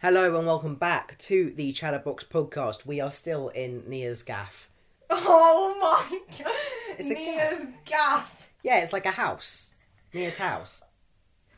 Hello and welcome back to the Chatterbox podcast. We are still in Nia's gaff. Oh my god! It's a Nia's gaff. Yeah, it's like a house. Nia's house.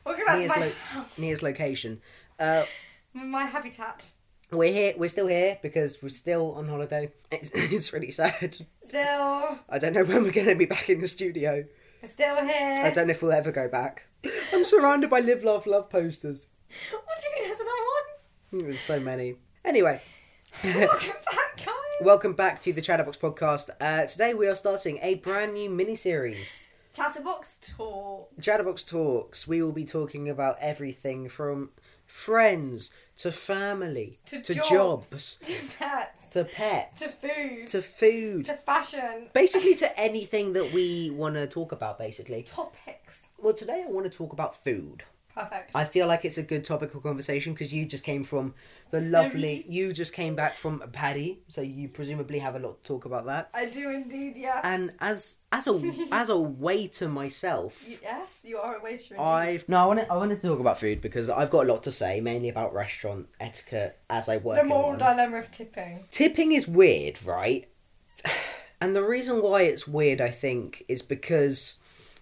Welcome back to Nia's, my lo- house. Nia's location. Uh, My habitat. we're here. We're still here because we're still on holiday. It's, it's really sad. Still, I don't know when we're going to be back in the studio. we're still here. I don't know if we'll ever go back. I'm surrounded by live, love, love posters. What do you mean? There's another There's so many. Anyway, one. Welcome back, guys. welcome back to the Chatterbox podcast. Uh, today we are starting a brand new mini series. Chatterbox talk. Chatterbox Talks, we will be talking about everything from friends to family to, to jobs, jobs, to pets, to to pets food, to food. to fashion. Basically, to anything that we want to talk about, basically. topics. Well, today I want to talk about food. Perfect. I feel like it's a good topical conversation because you just came from the lovely. Paris. You just came back from Paddy, so you presumably have a lot to talk about that. I do indeed. Yes. And as as a as a waiter myself, yes, you are a waitress. I've no, I want to. I wanted to talk about food because I've got a lot to say, mainly about restaurant etiquette as I work. the in moral one. dilemma of tipping. Tipping is weird, right? And the reason why it's weird, I think, is because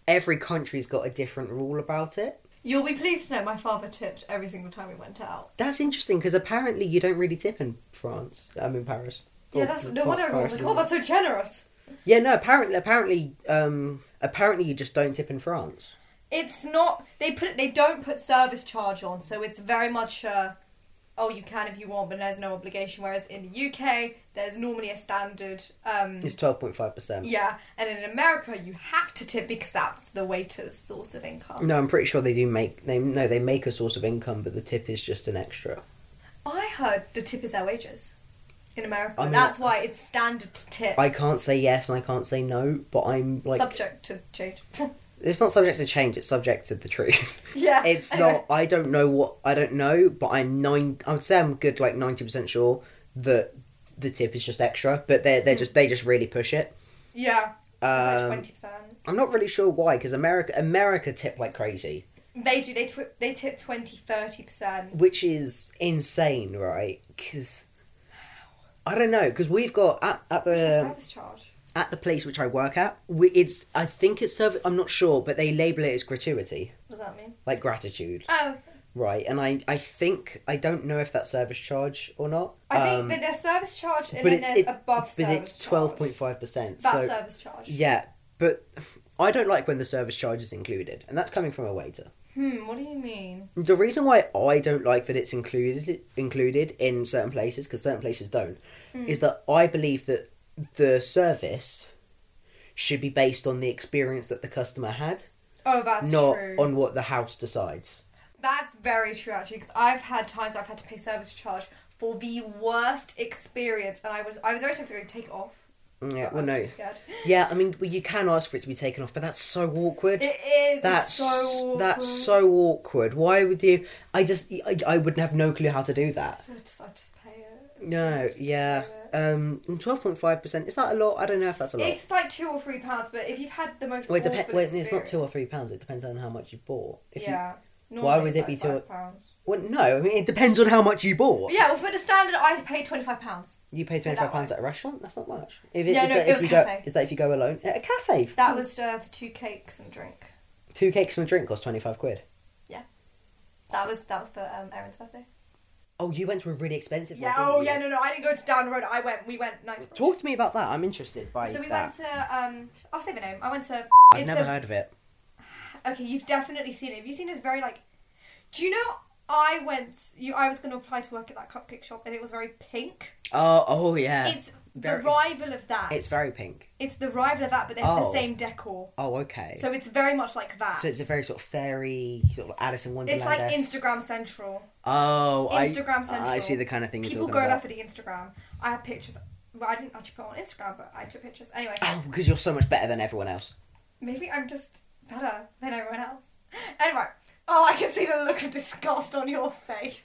every country's got a different rule about it. You'll be pleased to know my father tipped every single time we went out. That's interesting because apparently you don't really tip in France. I'm in Paris. Yeah, Or that's no Par- wonder everyone's Paris, like, oh, that's so generous. Yeah, no. Apparently, apparently, um, apparently, you just don't tip in France. It's not. They put. They don't put service charge on, so it's very much. Uh, oh, you can if you want, but there's no obligation. Whereas in the UK, there's normally a standard. Um, It's twelve point five percent. yeah, and in America, you have to tip because that's the waiter's source of income. No, I'm pretty sure they do make they no they make a source of income, but the tip is just an extra. I heard the tip is their wages in America. I mean- that's why it's standard to tip, I can't say yes and I can't say no, but I'm like subject to change. it's not subject to change. It's subject to the truth. yeah, it's anyway. not. I don't know what I don't know, but I'm nine. I would say I'm good like ninety percent sure that the tip is just extra, but they they just they just really push it. Yeah, Hmm. it's like Um, twenty percent. I'm not really sure why because America America tip like crazy, They do. They tip. They tip 20 30 percent. which is insane, right? Because I don't know because we've got at, at the What's the service charge? at the place which I work at, we, it's I think it's service. I'm not sure, but they label it as gratuity, What does that mean? like gratitude, Oh, right? And I I think I don't know if that's service charge or not. I think Um, that there's service charge and but then it's there's it- above but service it's charge. twelve point five percent. That's So service charge. yeah, but I don't like when the service charge is included, and that's coming from a waiter. Hmm, what do you mean? The reason why I don't like that it's included included in certain places because certain places don't Hmm. is that I believe that the service should be based on the experience that the customer had. Oh, that's not true. on what the house decides. That's very true, actually, because I've had times where I've had to pay service charge for the worst experience, and I was I was very tempted to go take it off. Mm, Yeah, but well, I was no. too scared. Yeah, I mean, well, you can ask for it to be taken off, but that's so awkward. It is. that's so awkward. that's so awkward. Why would you? I just I, I would have no clue how to do that. I just, I just pay it. I No, just yeah. pay it. Um, twelve point five percent. Is that a lot? I don't know if that's a lot. It's like two or three pounds, but if you've had the most. Well, it awful depends. Well, it's not experience- two or three pounds. It depends on how much you bought. If You, yeah. Why Normally would it's it like be two or- five pounds? well, no. I mean, it depends on how much you bought. Yeah, well, for the standard, I paid twenty five pounds. You pay that twenty five pounds way. at a restaurant. That's not much. If it, No, is no, that it if was you cafe. go, is that if you go alone at a cafe? That was uh, for two cakes and a drink. two cakes and a drink cost twenty five quid. That was that was for um, Erin's birthday. Oh, you went to a really expensive Yeah. one. didn't Oh you? yeah. No, no. I didn't go to down the road. I went. We went nice. Talk to me about that. I'm interested by So we that. went to um. I'll say the name. I went to. I've it's never a- heard of it. Okay, you've definitely seen it. Have you seen it's very like? Do you know? I went. You. I was going to apply to work at that cupcake shop, and it was very pink. Oh, oh yeah. it's very- the rival of that. It's very pink. It's the rival of that, but they have Oh. the same decor. Oh, okay. So, So it's very much like that. it's a very sort of fairy, sort of Alice in Wonderland. It's like Instagram central. Oh, I- Instagram I central. see the kind of thing you're People talking go there about. for the Instagram. I have pictures. Well, I didn't actually put it on Instagram, but I took pictures. Anyway, Oh, because you're so much better than everyone else. maybe I'm just better than everyone else. Anyway, oh, I can see the look of disgust on your face.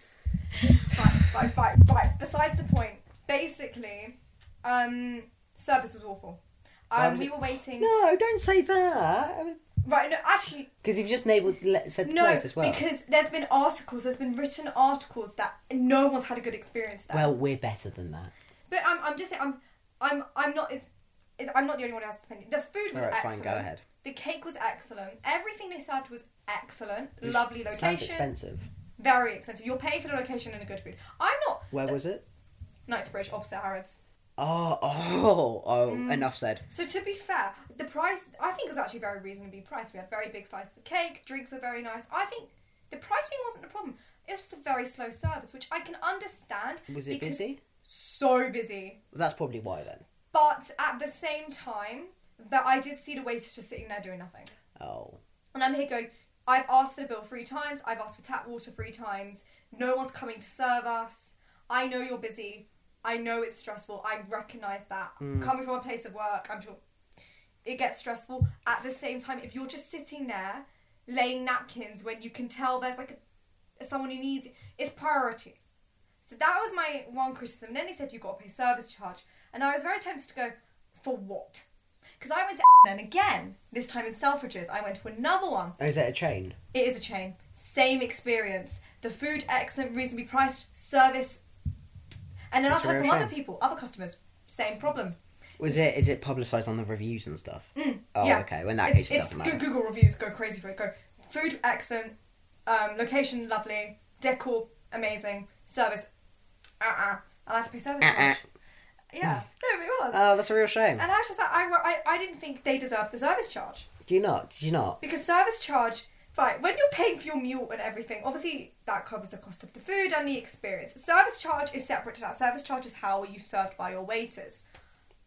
right, right, right, right. Besides the point, basically, um, service was awful. Why Um, was we it- were waiting. No, don't say that. Right, no, actually, Because you've just enabled le- said the no, place as well. because there's been articles, there's been written articles that no one's had a good experience there. Well, we're better than that. but I'm, I'm just saying, I'm, I'm, I'm not as, as- I'm not the only one who has opinion. The food All was right, fine, excellent. go ahead. The cake was excellent. Everything they served was excellent. Which Lovely Sounds location. expensive. Very expensive. You're paying for the location and a good food. I'm not Where was it? Knightsbridge, opposite Harrods. Oh, oh, oh! Mm. Enough said. So to be fair, the price I think was actually very reasonably priced. We had very big slices of cake, drinks were very nice. I think the pricing wasn't a problem. It was just a very slow service, which I can understand. Was it because- busy? So busy. That's probably why then. But at the same time, but I did see the waiters just sitting there doing nothing. Oh, And I'm here going, I've asked for the bill three times, I've asked for tap water three times, no one's coming to serve us. I know you're busy, I know it's stressful, I recognise that. Coming from a place of work, I'm sure it gets stressful. At the same time, if you're just sitting there laying napkins when you can tell there's like a, someone who needs it, it's priorities. So that was my one criticism. Then they said you've got to pay service charge, and I was very tempted to go for what? Because I went to and again this time in Selfridges. I went to another one. oh is that a chain? It is a chain. Same experience. The food excellent, reasonably priced, service. And then That's I've a heard real from other shame. people, other customers, same problem. Was it? Is it publicised on the reviews and stuff? oh, Mm, yeah. okay. Well, in that it's case, it it's doesn't matter. Go- Google reviews go crazy for it. Go food excellent, um, location lovely, decor amazing, service. Uh uh I had to pay service Uh-uh. charge. Yeah, no, but it was. Oh, that's a real shame. and I was just like, I, I, I didn't think they deserved the service charge. Do you not? Do you not? Because service charge, right, when you're paying for your meal and everything, obviously that covers the cost of the food and the experience. Service charge is separate to that. Service charge is how are you served by your waiters.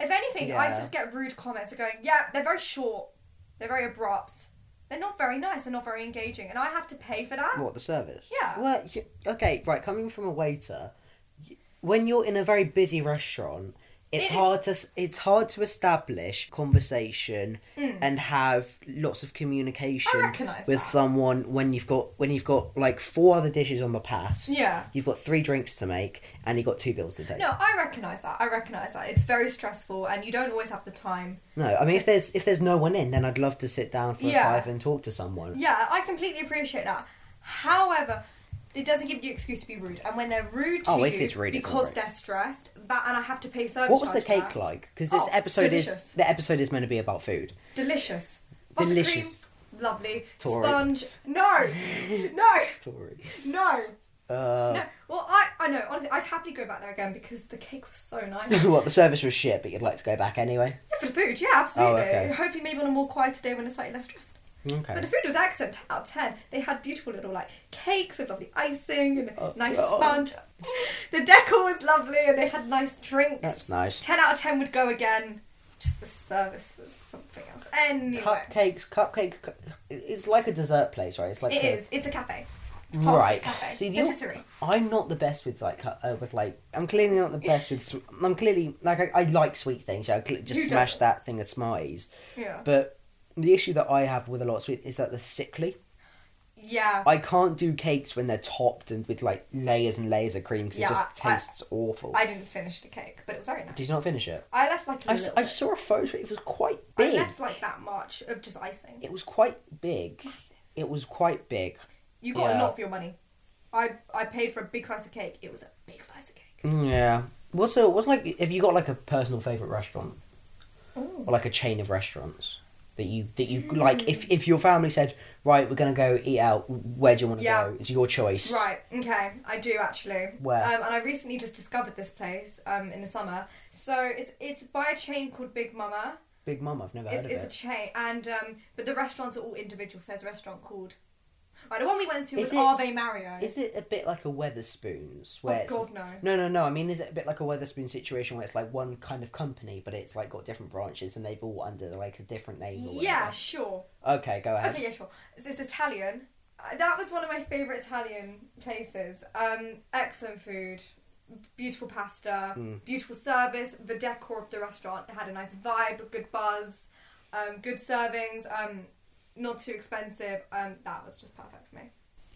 If anything, I Yeah. just get rude comments that are going, yeah, they're very short, they're very abrupt, they're not very nice, they're not very engaging, and I have to pay for that. What the service? Yeah. Well, y- okay, right. Coming from a waiter, y- when you're in a very busy restaurant, it's It is- hard to s- it's hard to establish conversation and have lots of communication Mm. I recognise with that. someone when you've got when you've got like four other dishes on the pass. Yeah. You've got three drinks to make and you've got two bills to take. No, I recognise that. I recognise that. It's very stressful, and you don't always have the time. No, I mean if there's if there's no one in, then I'd love to sit down for Yeah. a five and talk to someone. Yeah, I completely appreciate that. However, it doesn't give you excuse to be rude. And when they're rude to Oh, you if it's rude, it's because alright. they're stressed, that and I have to pay service. What was the charge for cake that. like? Because this Oh, episode delicious. is the episode is meant to be about food. Delicious. Buttercream, Delicious. Lovely. Tory. Sponge. No, no, Sorry. no, Uh, no. Well, I, I know. Honestly, I'd happily go back there again because the cake was so nice. Yeah, what the service was shit, but you'd like to go back anyway. For the food, yeah, absolutely. Oh, okay. Hopefully, maybe on a more quieter day when it's slightly less stressed. But Okay. the food was excellent. Ten out of ten. They had beautiful little like cakes with lovely icing and a Oh, nice oh. sponge. The decor was lovely, and they had nice drinks. That's nice. Ten out of ten would go again. Just the service was something else. Anyway, Cupcakes, cupcake. cu- It's like a dessert place, right? It's like it a- is. It's a cafe. It's classed as right. a Cafe. See, the- Patisserie. I'm not the best with like cu- uh, with like. I'm clearly not the best with. Sw- I'm clearly like I, I like sweet things. I cl- just Who smashed doesn't? that thing of Smarties. Yeah. But the issue that I have with a lot of sweet is that they're sickly. yeah. I can't do cakes when they're topped and with like layers and layers of cream because Yeah, it I- just tastes awful. I didn't finish the cake, but it was very nice. Did you not finish it? I left like a I, s- little I bit. saw a photo. It was quite I big. left like that much of just icing. It was quite big. Massive. It was quite big. You got Yeah. a lot for your money. I I paid for a big slice of cake. It was a big slice of cake. Yeah. What's a, what's like have you got like a personal favorite restaurant Ooh. or like a chain of restaurants that you that you like Mm. if if your family said right we're gonna go eat out where do you want to Yeah. go it's your choice Right. Okay. I do actually. Where? Um, and I recently just discovered this place um, in the summer. So it's it's by a chain called Big Mama. Big Mum I've never heard It's, of it's a it chain, and um, but the restaurants are all individual. So there's a restaurant called. Right, the one we went to Is was it- Ave Mario. is it a bit like a Weatherspoons Oh, where it's, God, no. no no no I mean is it a bit like a Weatherspoon situation where it's like one kind of company but it's like got different branches and they've all under like a different name or Yeah, sure. whatever? okay go ahead Okay, yeah, sure. It's, it's Italian. Uh, That was one of my favourite Italian places. Um, excellent food, beautiful pasta, Hmm. beautiful service. The decor of the restaurant had a nice vibe, a good buzz, um, good servings, um, not too expensive. Um, that was just perfect for me.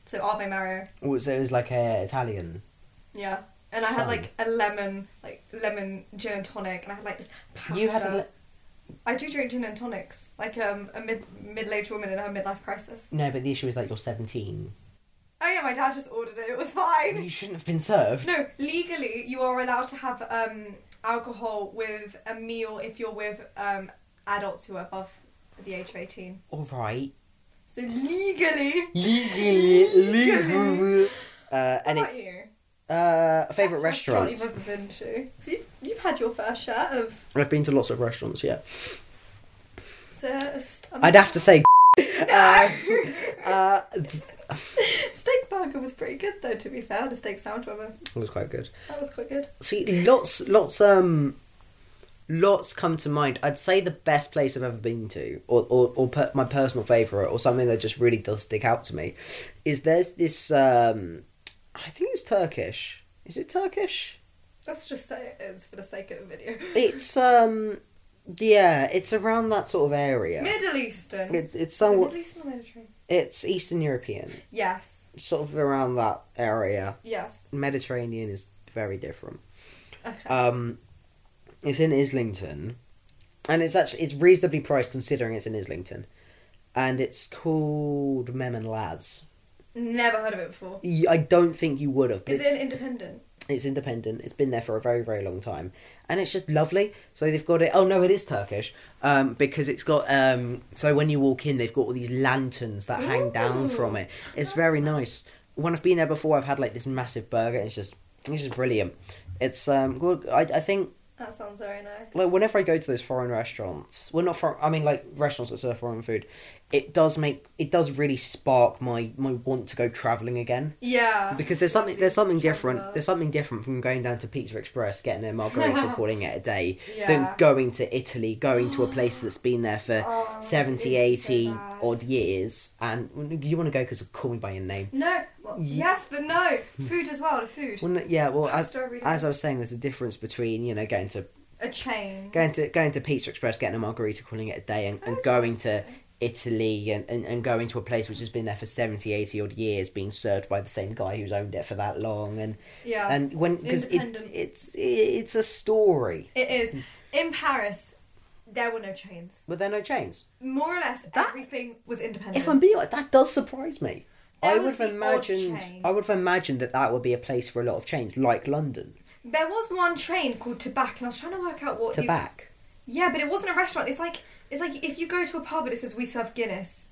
So Ave Mario, Oh, so it was like a Italian yeah. And I had Fun. like a lemon, like lemon gin and tonic, and I had like this pasta. you had a le- I do drink gin and tonics, like um, a mid middle aged woman in her midlife crisis. No, but the issue is like you're 17. Oh yeah, my dad just ordered it. It was fine. You shouldn't have been served. No, legally you are allowed to have um, alcohol with a meal if you're with um, adults who are above the age of eighteen. All right. So legally. Legally, legally. Uh, What and about it, you? uh, favorite Best restaurant restaurant. you've ever been to? So you've, you've had your fair share of. I've been to lots of restaurants. Yeah, Is there a uh, st- um, I'd have to say. uh, uh, Steak burger was pretty good though. To be fair, the steak sandwich whatever. it was quite good. that was quite good. See, lots, lots, um, lots come to mind. I'd say the best place I've ever been to, or or, or per- my personal favorite, or something that just really does stick out to me, is there's this. Um, I think it's Turkish. Is it Turkish? Let's just say it is for the sake of the video. It's um, yeah, it's around that sort of area. Middle Eastern. It's it's Is it somewhat Middle Eastern or Mediterranean? it's Eastern European, Yes. sort of around that area. Yes. Mediterranean is very different. Okay. Um, it's in Islington, and it's actually it's reasonably priced considering it's in Islington, and it's called Mem and Lads. Never heard of it before. Y- I don't think you would have. But Is it's, it an independent? it's independent. It's been there for a very very long time, and it's just lovely. So they've got it. Oh no, it is Turkish, um, because it's got. Um, so when you walk in, they've got all these lanterns that hang down Ooh. from it. It's That's very nice. When I've been there before, I've had like this massive burger. And it's just it's just brilliant. It's um, good. I, I think That sounds very nice. like whenever I go to those foreign restaurants, well, not foreign. I mean, like restaurants that serve foreign food, it does make it does really spark my my want to go traveling again yeah. because there's something there's something different. Travel. There's something different from going down to Pizza Express, getting a margarita, calling it a day, than Yeah. going to Italy, going to a place that's been there for Oh, it's 70, so 80 bad. odd years, and you want to go because call me by your name. No. Well, Ye- Hmm. yes, but no. Food as well. The food. Well, no- yeah, well, as, Pasta every day. as I was saying, there's a difference between you know going to a chain. going to going to Pizza Express, getting a margarita, calling it a day, and, and That's going nice. to Italy and, and, and going to a place which has been there for 70, 80 odd years, being served by the same guy who's owned it for that long, and Yeah. and when because it, Independent. it's it's a story, it is. Hmm. In Paris, there were no chains. but there are no chains. More or less, That- everything was independent. If I'm being like that, does surprise me. There I would have was the odd imagined chain. I would have imagined that that would be a place for a lot of chains, like London. There was one train called Tabac, and I was trying to work out what. you- Tabac. Yeah, but it wasn't a restaurant. It's like it's like if you go to a pub and it says we serve Guinness,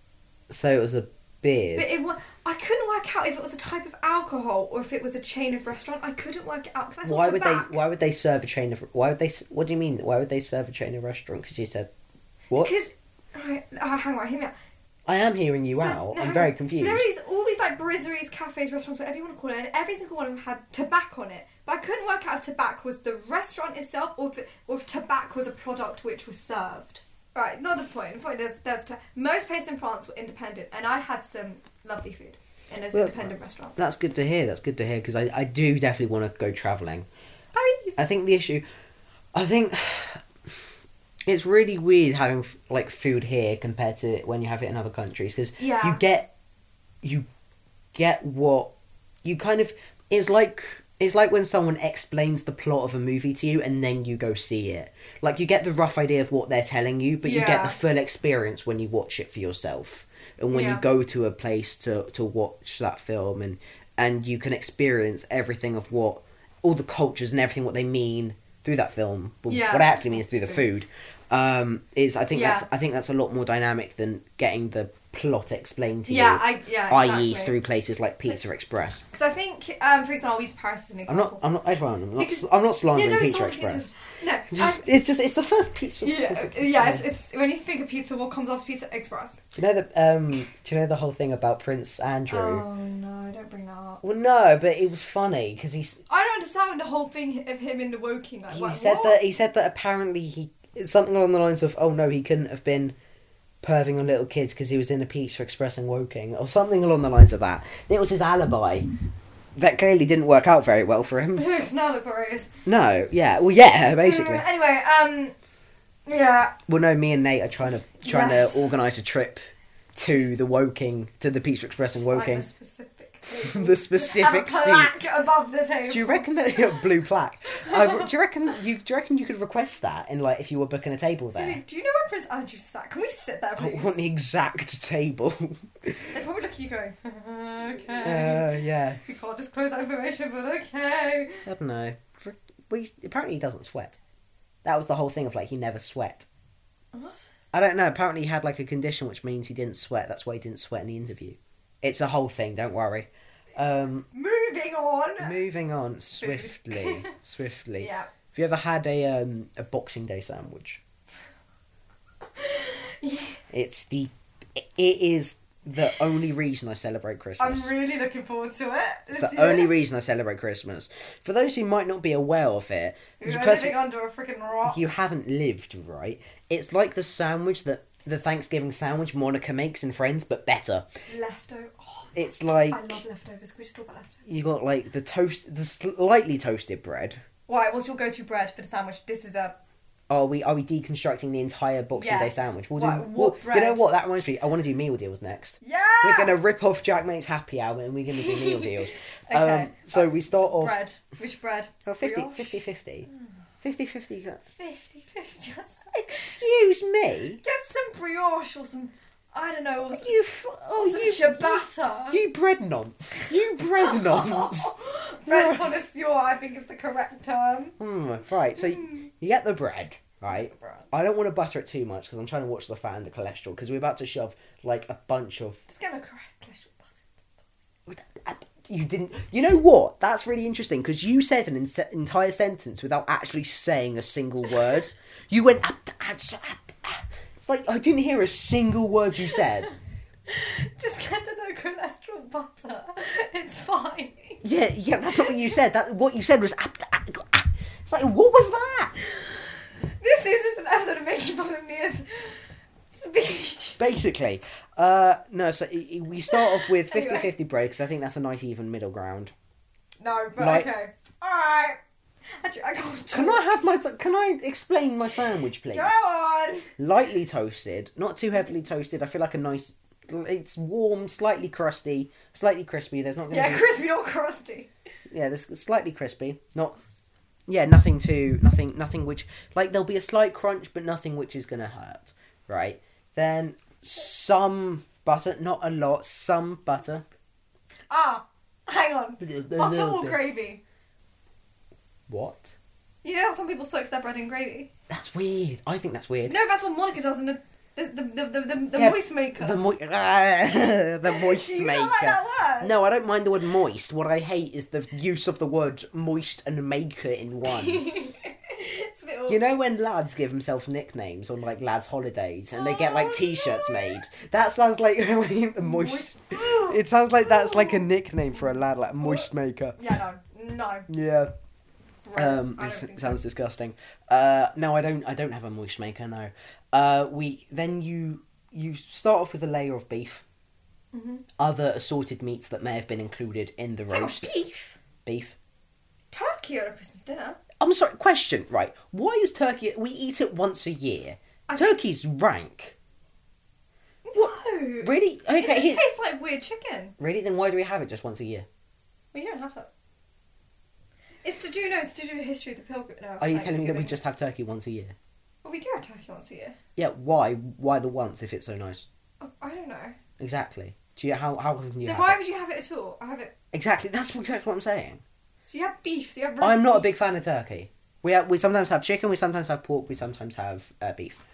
So it was a beard. but it wa- I couldn't work out if it was a type of alcohol or if it was a chain of restaurant. I couldn't work it out because I saw why would they? Tabac. Why would they serve a chain of? Why would they? s- What do you mean? Why would they serve a chain of restaurant? Because you said, what? Because Alright, uh, hang on, hear me out. I am hearing you So- out. no, hang I'm on. very So there confused. are these, all these like brasseries, cafes, restaurants, whatever you want to call it, and every single one of them had tobacco on it. But I couldn't work out if tobacco was the restaurant itself or if, or if tobacco was a product which was served. Right, another point. The point is, there's, most places in France were independent, and I had some lovely food in those Well, independent restaurants. That's good to hear. That's good to hear because I, I do definitely want to go travelling. Paris. I think the issue, I think it's really weird having f- like food here compared to when you have it in other countries because Yeah. you get you get what you kind of it's like it's like when someone explains the plot of a movie to you and then you go see it like you get the rough idea of what they're telling you but you get Yeah. the full experience when you watch it for yourself and when you Yeah. go to a place to to watch that film and and you can experience everything of what all the cultures and everything what they mean through that film but Yeah. what it actually means through the food um is i think that's Yeah. i think that's a lot more dynamic than getting the plot explained to yeah, you I, yeah, i.e. exactly. through places like Pizza Express. Because I think, um, for example, I'll use Paris as an I'm example. not. I'm not. I swear I'm not. Because- I'm not Yeah, slandering no, it's Pizza not pizza. Express. No, I- It's just, it's just. It's the first pizza. yeah, yeah. It's, it's when you think of pizza, what comes after Pizza Express? Do you know the um? Do you know the whole thing about Prince Andrew? Oh no, don't bring that up. Well, no, but it was funny because he s- I don't understand the whole thing of him in the Woking. Like, he what- said what? that he said that apparently he something along the lines of oh no he couldn't have been perving on little kids because he was in a pizza express in Woking or something along the lines of that. It was his alibi. That clearly didn't work out very well for him. Because now look where it is. No, yeah, well, yeah, basically. Mm, anyway, um, yeah, Well, no, me and Nate are trying to trying Yes. to organise a trip to the Woking to the Pizza Express in I'm Woking. specific. the Have a specific seat. plaque above the table. Do you reckon that yeah, blue plaque? I, do you reckon you do you reckon you could request that in like if you were booking a table Do there? you- do you know where Prince Andrew sat? Can we sit there, I please? want the exact table. They probably look at you going, okay. uh, yeah, we can't disclose that information, but okay. I don't know. For, well, he's, apparently he doesn't sweat. That was the whole thing of like he never sweat. What? I don't know. Apparently, he had like a condition which means he didn't sweat. That's why he didn't sweat in the interview. It's a whole thing. Don't worry. Um, Moving on. moving on swiftly, swiftly. Yeah. Have you ever had a um, a Boxing Day sandwich? It's the it is the only reason I celebrate I'm Christmas. really looking forward to it. This it's the year. only reason I celebrate Christmas. For those who might not be aware of it, We're first- living under a freaking rock. you haven't lived right. It's like the sandwich that the Thanksgiving sandwich Monica makes in Friends, but better. Leftover. Oh, It's like I love leftovers. Can we just talk about leftovers? you got like the toast, the slightly toasted bread. Why? What's your go-to bread for the sandwich? This is a. Are we are we deconstructing the entire Boxing Day Yes. sandwich? We'll do. What- we'll- what you know bread? Ah! what? That reminds me. I want to do meal deals next. Yeah. We're gonna rip off Jack Mate's happy hour and we're gonna do meal deals. Okay. Um, so we start off Bread. Hmm. Which bread? Oh, 50, Brioche? 50, 50. 50, 50. 50, 50. Just Excuse me. Get some brioche or some. I don't know. Or some, You, f- oh, some you, ciabatta. you bread nonce. You bread nonce. bread connoisseur, I think, is the correct term. mm, right. So Hmm. you, you get the bread, right? I don't want to butter it too much because I'm trying to watch the fat and the cholesterol because we're about to shove like a bunch of Just get the correct cholesterol butter. You didn't. You know what? That's really interesting because you said an ins- entire sentence without actually saying a single word. You went. "Ah, ah, ah, ah." It's like I didn't hear a single word you said. Just get the no cholesterol butter. It's fine. Yeah, yeah. That's not what you said. That what you said was. "Ah, ah, ah." It's like what was that? This is just an episode of Making Fun of Mia's speech. Basically, uh, no. So i- i- we start off with 50-50 Anyway. breaks. I think that's a nice even middle ground. No, but Like- okay. Alright. Actually, I can't do Can it. I have my? T- can I explain my sandwich, please? Go on. lightly toasted, not too heavily toasted. I feel like a nice. It's warm, slightly crusty, slightly crispy. There's not going to Yeah, be crispy, not crusty. yeah, this slightly crispy, not yeah, nothing too nothing nothing which like there'll be a slight crunch, but nothing which is going to hurt, right? Then some butter, not a lot, some butter. Ah, hang on. A little Butter or bit. gravy? What? You know how some people soak their bread in gravy? That's weird. I think that's weird. No, that's what Monica does in the the the the, the, the Yeah, moist maker. The mo- the moist you maker. not like that word? No, I don't mind the word moist. What I hate is the use of the words moist and maker in one. it's a bit awkward. you know when lads give themselves nicknames on like lads' holidays and they get like Oh, t-shirts no. made? That sounds like the moist. It sounds like that's like Oh. a nickname for a lad, like moist maker. yeah, no, no. Yeah, Right. um, I don't this think so. sounds disgusting. Uh, no, I don't. I don't have a moist maker. No. Uh, we then you you start off with a layer of beef, Mhm. other assorted meats that may have been included in the Hang on, roast. beef, beef. turkey at a Christmas dinner. I'm sorry, question, right. Why is turkey we eat it once a year? I- Turkey's rank. No, Really? it Okay, just here- tastes like weird chicken. really then why do we have it just once a year? We don't have that. It's to do no, it's to do with history of the pilgrim. No, Are you telling me that we Thanksgiving. just have turkey once a year? Well, we do have turkey once a year. Yeah, why why the once if it's so nice? Oh, I don't know. Exactly. Do you how how often do you then have why it? would you have it at all? I have it. Exactly, that's exactly what I'm saying. So you have beef. So you have. roast I'm not a beef. big fan of turkey. We have, we sometimes have chicken, we sometimes have pork, we sometimes have uh, beef.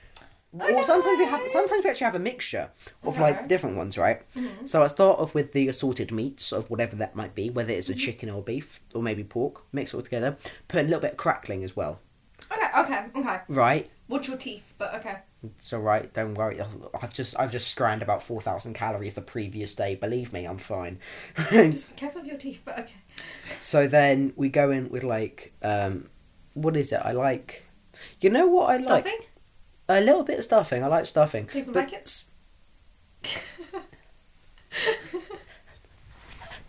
Or sometimes we have sometimes we actually have a mixture of like Okay. Mm-hmm. different ones, right? So I start off with the assorted meats of whatever that might be, whether Mm-hmm. it's a chicken or beef or maybe pork, mix it all together, put a little bit of crackling as well. Okay, okay, okay. Right? Watch your teeth, but okay. It's all right, don't worry. I've- I've just I've just scranned about 4000 calories the previous day. Believe me, I'm fine. Just careful of your teeth, but okay. so then we go in with like um what is it? I like You know what I like? Stuffing? A little bit of stuffing. I like stuffing. Pigs and But blankets?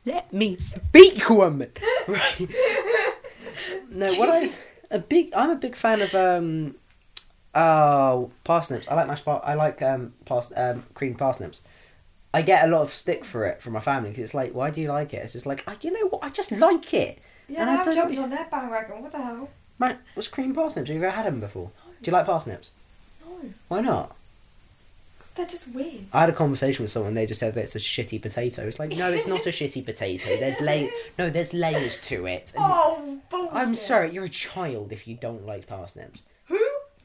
Let me speak, woman. Right. no, what I a big I'm a big fan of um uh, oh parsnips. I like mashed par- I like um pars- um creamed parsnips. I get a lot of stick for it from my family because it's like, why do you like it? It's just like, I, you know what? I just like it. Yeah, And and I I'm don't- jumping on their bandwagon. What the hell? Man, what's cream parsnips? Have you ever had them before? Do you like parsnips? No, Why not? 'cause they're just weird. I had a conversation with someone. They just said that it's a shitty potato. It's like, no, it's not a shitty potato. There's Yes, it lay, is. no, there's layers to it. And Oh, bullshit. I'm sorry, you're a child if you don't like parsnips. Who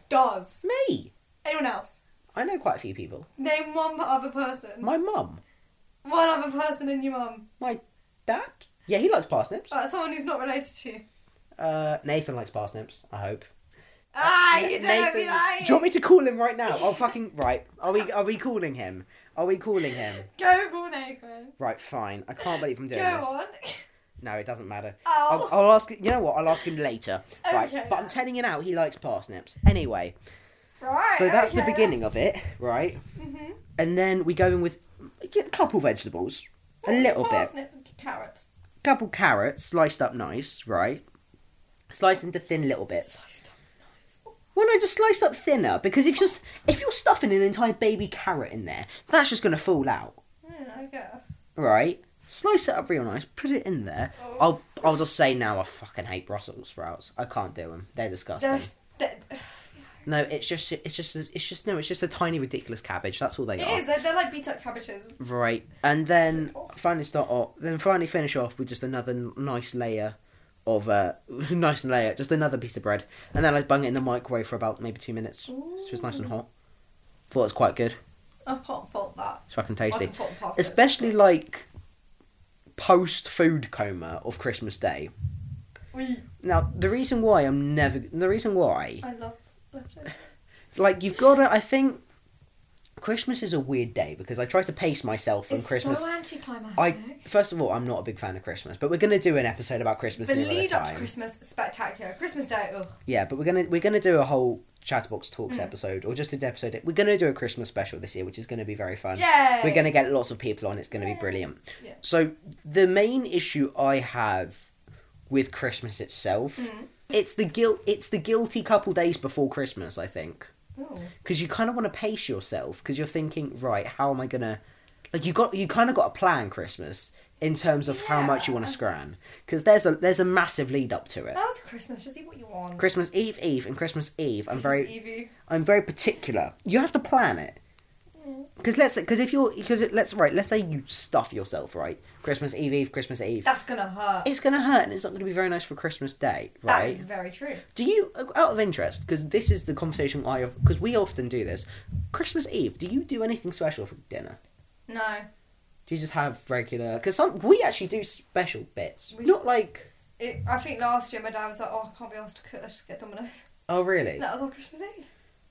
does? Me, Anyone else? I know quite a few people. Name one other person. My mum, One other person in your mum. my dad. Yeah, he likes parsnips. Uh, someone who's not related to you. Uh, Nathan likes parsnips. I hope. Ah, you Na- don't have to be Uh, Nathan- lying. Do you want me to call him right now? I'll fucking right. Are we are we calling him? Are we calling him? Go call Nathan. Right, fine. I can't believe I'm doing Go this. on. No, it doesn't matter. Oh. I'll, I'll ask. You know what? I'll ask him later. Okay. Right, but I'm telling you now, he likes parsnips. Anyway, Right. so that's the okay. beginning of it, right? Mhm. And then we go in with get a couple vegetables, a little bit, Parsnip and Oh, Carrots. couple carrots sliced up nice, right? Sliced into thin little bits. Sliced up nice. Well, no, just sliced up thinner because if just if you're stuffing an entire baby carrot in there, that's just gonna fall out, Yeah, I guess. right? Slice it up real nice, put it in there. Oh. I'll I'll just say now I fucking hate Brussels sprouts. I can't do them. They're disgusting. There's, there, No, it's just it's just it's just no, it's just a tiny ridiculous cabbage. That's all they it are. is. They're, they're like beat up cabbages. Right, and then Beautiful. finally start off, then finally finish off with just another n- nice layer of uh, nice layer, just another piece of bread, and then I bung it in the microwave for about maybe two minutes. So it's nice and hot. Thought it was quite good. I can't fault that. It's fucking I tasty, can fault pasta. especially like post food coma of Christmas Day. We, Now the reason why I'm never the reason why I love leftovers. like you've got to I think Christmas is a weird day because I try to pace myself on It's Christmas. so anticlimactic. I first of all, I'm not a big fan of Christmas, but we're gonna do an episode about Christmas. the another lead up to time. Christmas spectacular. Christmas Day. Ugh. Yeah, but we're gonna we're gonna do a whole Chatterbox Talks Mm. episode, or just an episode. We're gonna do a Christmas special this year, which is gonna be very fun. Yay! We're gonna get lots of people on. It's gonna Yay. be brilliant. Yeah. So the main issue I have with Christmas itself, Mm. it's the guilt. It's the guilty couple days before Christmas. I think Ooh. because you kind of want to pace yourself because you're thinking right how am i gonna like you got you kind of got to plan christmas in terms of how much you want to Yeah. scran because there's a there's a massive lead up to it That was Christmas. Just eat what you want. christmas eve eve and christmas eve i'm This is very Evie. i'm very particular you have to plan it because let's because if you're because it let's right let's say you stuff yourself right christmas eve eve christmas eve That's gonna hurt. it's gonna hurt and it's not gonna be very nice for christmas day That is right very true. do you, out of interest, because this is the conversation I have, because we often do this, Christmas Eve, do you do anything special for dinner? No, Do you just have regular? Because some we actually do special bits, We- not like. it, I think last year my dad was like, "Oh, I can't be asked to cook. Let's just get Domino's." Oh really? And that was on Christmas Eve.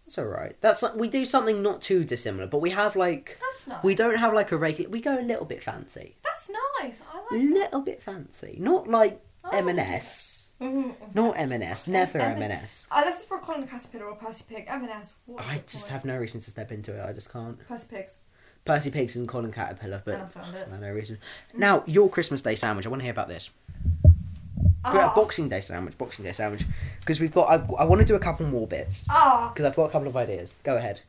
That's all right. That's like- we do something not too dissimilar, but we have like That's nice. we don't have like a regular. We go a little bit fancy, That's nice. I like. little bit fancy, not like I like M and S, Mhm. not M and S, never Oh, M- M and S. Unless it's Uh, for a Colin the Caterpillar or Percy Pig, M&S. What's I the just point? have no reason to step into it. I just can't. Percy Pigs. Percy Pigs and Colin Caterpillar, but And I found it. for no reason. Now your Christmas Day sandwich. I want to hear about this. Ah, A Boxing Day sandwich. Boxing Day sandwich. Because we've got. I, I want to do a couple more bits. ah, Because I've got a couple of ideas. Go ahead.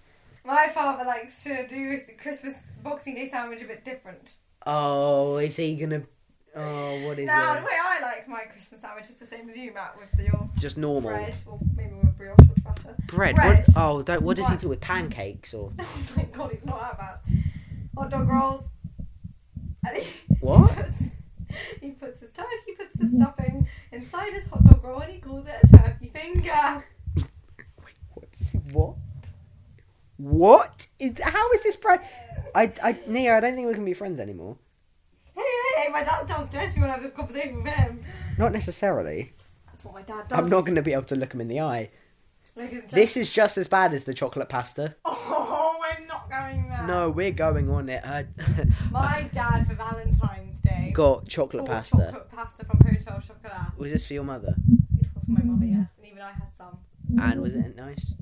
my father likes to do his Christmas Boxing Day sandwich a bit different. Oh, is he gonna? Oh, what is now, it? the way I like my Christmas sandwich is the same as you, Matt, with the, your Just normal bread, or maybe with brioche or butter. bread. bread. What, oh, don't, what does he Right. do with pancakes or Oh my god, it's not that bad. Hot dog rolls. And he- What? He puts, he puts his turkey, puts his stuffing inside his hot dog roll, and he calls it a turkey finger. what? does he- What? What? Is, how is this bread? I, I, Nia, I don't think we can be friends anymore. Hey, hey, hey, my dad's downstairs. If you want to have this conversation with him, Not necessarily. that's what my dad does. I'm not going to be able to look him in the eye. Like his This is just as bad as the chocolate pasta. Oh, we're not going there. No, we're going on it. I My dad for Valentine's Day got chocolate bought pasta. chocolate pasta from Hotel Chocolat. Was this for your mother? It was for my mother, Mm. yes, and even I had some. And was it nice?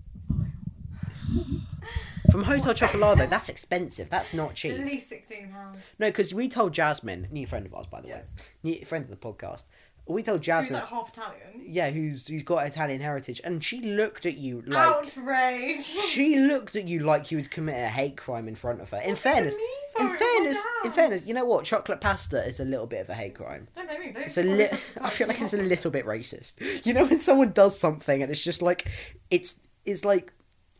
From Hotel Chocolat, though, that's expensive. That's not At cheap. least sixteen pounds. No, because we told Jasmine, new friend of ours, by the Yes. way, new friend of the podcast, we told Who's Jasmine, like half Italian. yeah, who's who's got Italian heritage, and she looked at you like Outrage. she looked at you like you would commit a hate crime in front of her. In What do you fairness, mean, in Forrest? Why fairness, in not? fairness, you know what? Chocolate pasta is a little bit of a hate crime. Don't blame me. Those It's a people li- are just I feel like it's a little bit racist. You know when someone does something and it's just like it's it's like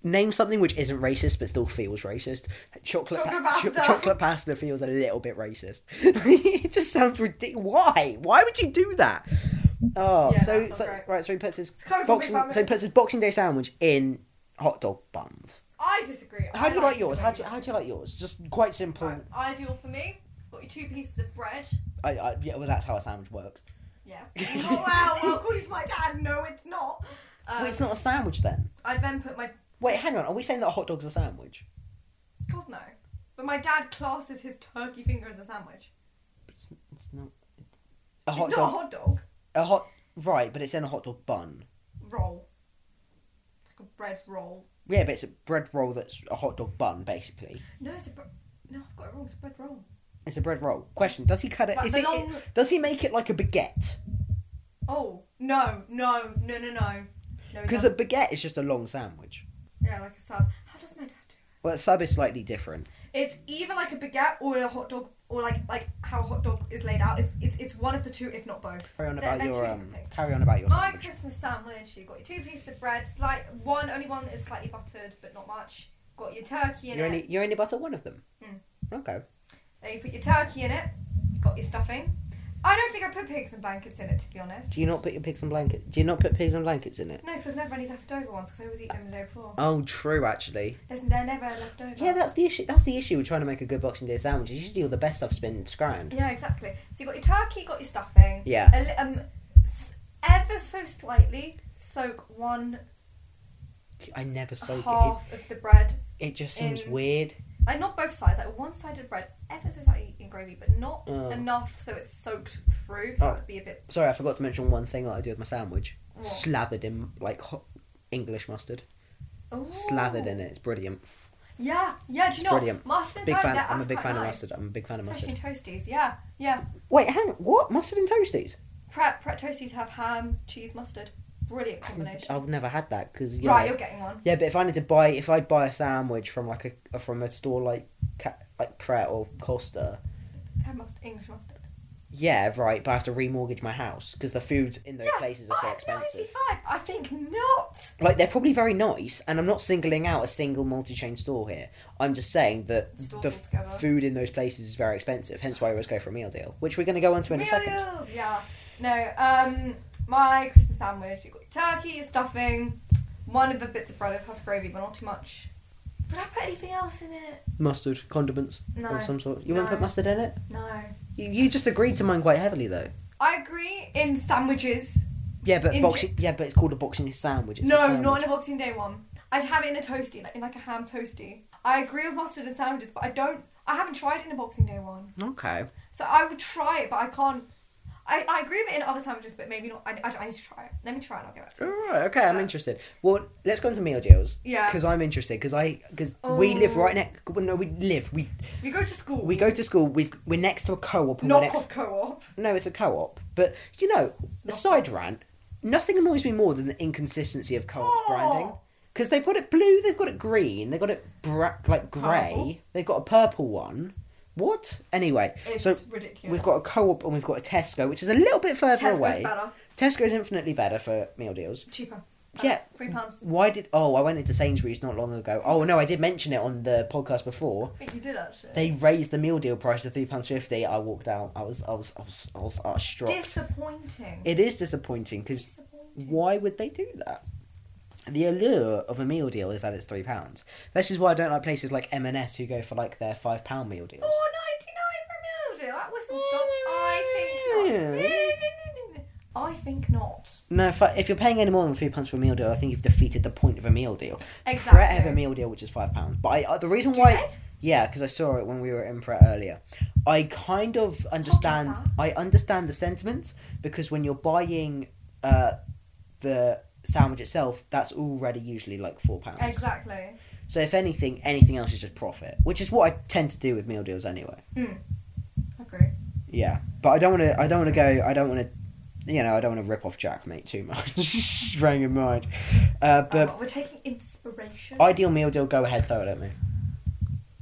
name something which isn't racist but still feels racist. Chocolate Chocolate pa- cho- pasta. chocolate pasta feels a little bit racist. it just sounds ridiculous. Why? Why would you do that? Oh, Yeah, so, that's not so great. right, so he puts his coming from Big boxing Mama. so he puts his Boxing Day sandwich in hot dog buns. I disagree. How I do you like yours? the How way do you, you- how do you like yours? Just quite simple. Right, Ideal for me. Got your two pieces of bread. I, I, yeah, well, that's how a sandwich works. Yes. oh, wow. Well, according to my dad, no, it's not. Um, Wait, it's not a sandwich then. I then put my Wait, hang on. Are we saying that a hot dog's a sandwich? God no. But my dad classes his turkey finger as a sandwich. It's not a it's hot not dog. a hot dog A hot right, but it's in a hot dog bun. roll. It's like a bread roll. Yeah, but it's a bread roll that's a hot dog bun, basically. No, it's a bre- no. I've got it wrong. It's a bread roll. It's a bread roll. Question: Does he cut it? But Is the it? long- it- Does he make it like a baguette? Oh no, no, no, no, no. No, he Because a doesn't. baguette is just a long sandwich. yeah, like a sub. How does my dad do? Well, a sub is slightly different. it? It's either like a baguette or a hot dog, or like like how a hot dog is laid out. It's it's, it's one of the two, if not both. Carry on They're- about they're two your um. different things. Carry on about your My sandwich. Christmas sandwich, you've got your two pieces of bread, slight one only one that is slightly buttered, but not much. Got your turkey in You it. only you only butter one of them. Mm. Okay. Then you put your turkey in it. Got your stuffing. I don't think I put pigs and blankets in it, to be honest. Do you not put your pigs and blanket? Do you not put pigs and blankets in it? No, because there's never any leftover ones because I always eat them the day before. Oh, true. Actually, There's they're never left over. yeah, that's the issue. That's the issue with trying to make a good Boxing Day sandwich. is Usually, all the best stuff's been scrammed. Yeah, exactly. So you got your turkey, got your stuffing. Yeah. A li- um, s- ever so slightly soak one I never soak it. half of the bread. It just seems in- weird. Like not both sides, like one side of bread, ever so slightly in gravy, but not Oh. enough so it's soaked through. So Oh. it would be a bit. Sorry, I forgot to mention one thing that I do with my sandwich. What? Slathered in like hot English mustard. Ooh. Slathered in it. It's brilliant. Yeah, yeah. Do you It's know brilliant. mustard? Big fan. I'm a that's big quite fan of nice. mustard. I'm a big fan of Especially mustard. in toasties. Yeah, yeah. Wait, hang. What mustard and toasties? Pret Pret toasties have ham, cheese, mustard. Brilliant combination. I've never had that because yeah. Right, you're getting one. yeah, but if I need to buy, if I buy a sandwich from like a from a store like Ca- like Pret or Costa, Have mustard, English mustard. yeah, right. But I have to remortgage my house because the food in those yeah, places are so I'm expensive. 95. I think not. like they're probably very nice and i'm not singling out a single multi-chain store here i'm just saying that Stores the altogether. food in those places is very expensive hence why i always go for a meal deal which we're going to go on to in a second Meals, Yeah. No. Um, my Christmas sandwich. You got turkey, your stuffing, one of the bits of bread is has gravy, but not too much. Would I put anything else in it? mustard condiments No. of some sort you No. won't put mustard in it No. you, you just agreed to mine quite heavily though I agree in sandwiches. yeah but In boxing yeah but it's called a boxing sandwich it's a no, sandwich. not in a Boxing Day one. I'd have it in a toasty, like in like a ham toasty. I agree with mustard and sandwiches, but I don't. I haven't tried it in a Boxing Day one, okay so I would try it, but I can't. I, I agree with it in other sandwiches, but maybe not. I, I, I need to try it. Let me try it. I'll get back to you. all right okay i'm Uh, interested well let's go into meal deals Yeah. because i'm interested because i because we live Oh. right next well, no we live we We go to school. we go to school we've we're next to a co-op and we're knock next off co-op. No, it's a co-op. But you know, It's a not side rant. Nothing annoys me more than the inconsistency of co-op Oh. branding. Because they've got it blue, they've got it green, they've got it bra- like grey, Purple. they've got a purple one. What? Anyway, It's so ridiculous. we've got a co-op and we've got a Tesco, which is a little bit further Tesco's away. better, Tesco's infinitely better for meal deals. cheaper. Uh, Yeah. three pounds. Why did? Oh, I went into Sainsbury's not long ago. Oh no, I did mention it on the podcast before. I think you did actually. They raised the meal deal price to three pounds fifty. I walked out. I was, I was, I was, I was, I was struck. Disappointing. It is disappointing because Disappointing. why would they do that? The allure of a meal deal is that it's three pounds. This is why I don't like places like M&S who go for like their five pound meal deals. Four ninety nine for a meal deal at Whistle Stop. I think not. I think not. No, if, I, if you're paying any more than three pounds for a meal deal, I think you've defeated the point of a meal deal. Exactly. Pret have a meal deal which is five pounds, but I, uh, the reason Do why, they? yeah, because I saw it when we were in Pret earlier. I kind of understand. that. I understand the sentiment because when you're buying uh, the sandwich itself, that's already usually like four pounds. Exactly. So if anything, anything else is just profit, which is what I tend to do with meal deals anyway. Agree. Yeah, but I don't want to. I don't want to go. I don't want to you know, I don't want to rip off Jack, mate, too much. Bearing in mind, uh, but Oh, we're taking inspiration. ideal meal deal. Go ahead, throw it at me.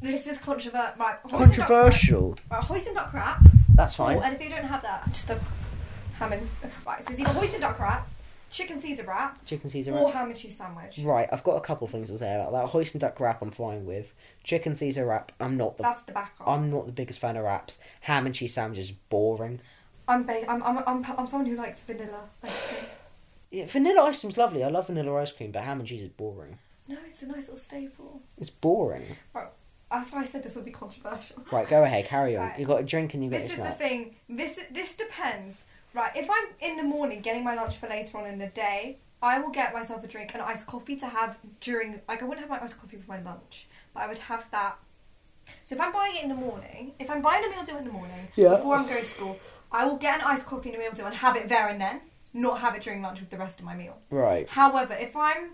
This is controversial. Right, hoisin duck crap. Controversial. Right, hoisin duck crap. That's Oh, fine. and if you don't have that, just a ham and right. So it's either hoisin duck wrap, chicken Caesar wrap, Chicken Caesar or wrap. ham and cheese sandwich. Right, I've got a couple things to say about that. Hoist and duck wrap, I'm fine with. Chicken Caesar wrap, I'm not the That's the back on. I'm not the biggest fan of wraps. Ham and cheese sandwich is boring. I'm ba- I'm, I'm I'm I'm someone who likes vanilla ice cream. Yeah, vanilla ice cream's lovely. I love vanilla ice cream, but ham and cheese is boring. No, it's a nice little staple. It's boring. That's why I said this would be controversial. Right, go ahead, carry on. Right. You got a drink and you get a This is the snack. thing. This this depends. Right, if I'm in the morning getting my lunch for later on in the day, I will get myself a drink, an iced coffee to have during. Like I wouldn't have my iced coffee for my lunch, but I would have that. So if I'm buying it in the morning, if I'm buying a meal deal in the morning Yeah. before I'm going to school, I will get an iced coffee and a meal deal and have it there and then, not have it during lunch with the rest of my meal. Right. However, if I'm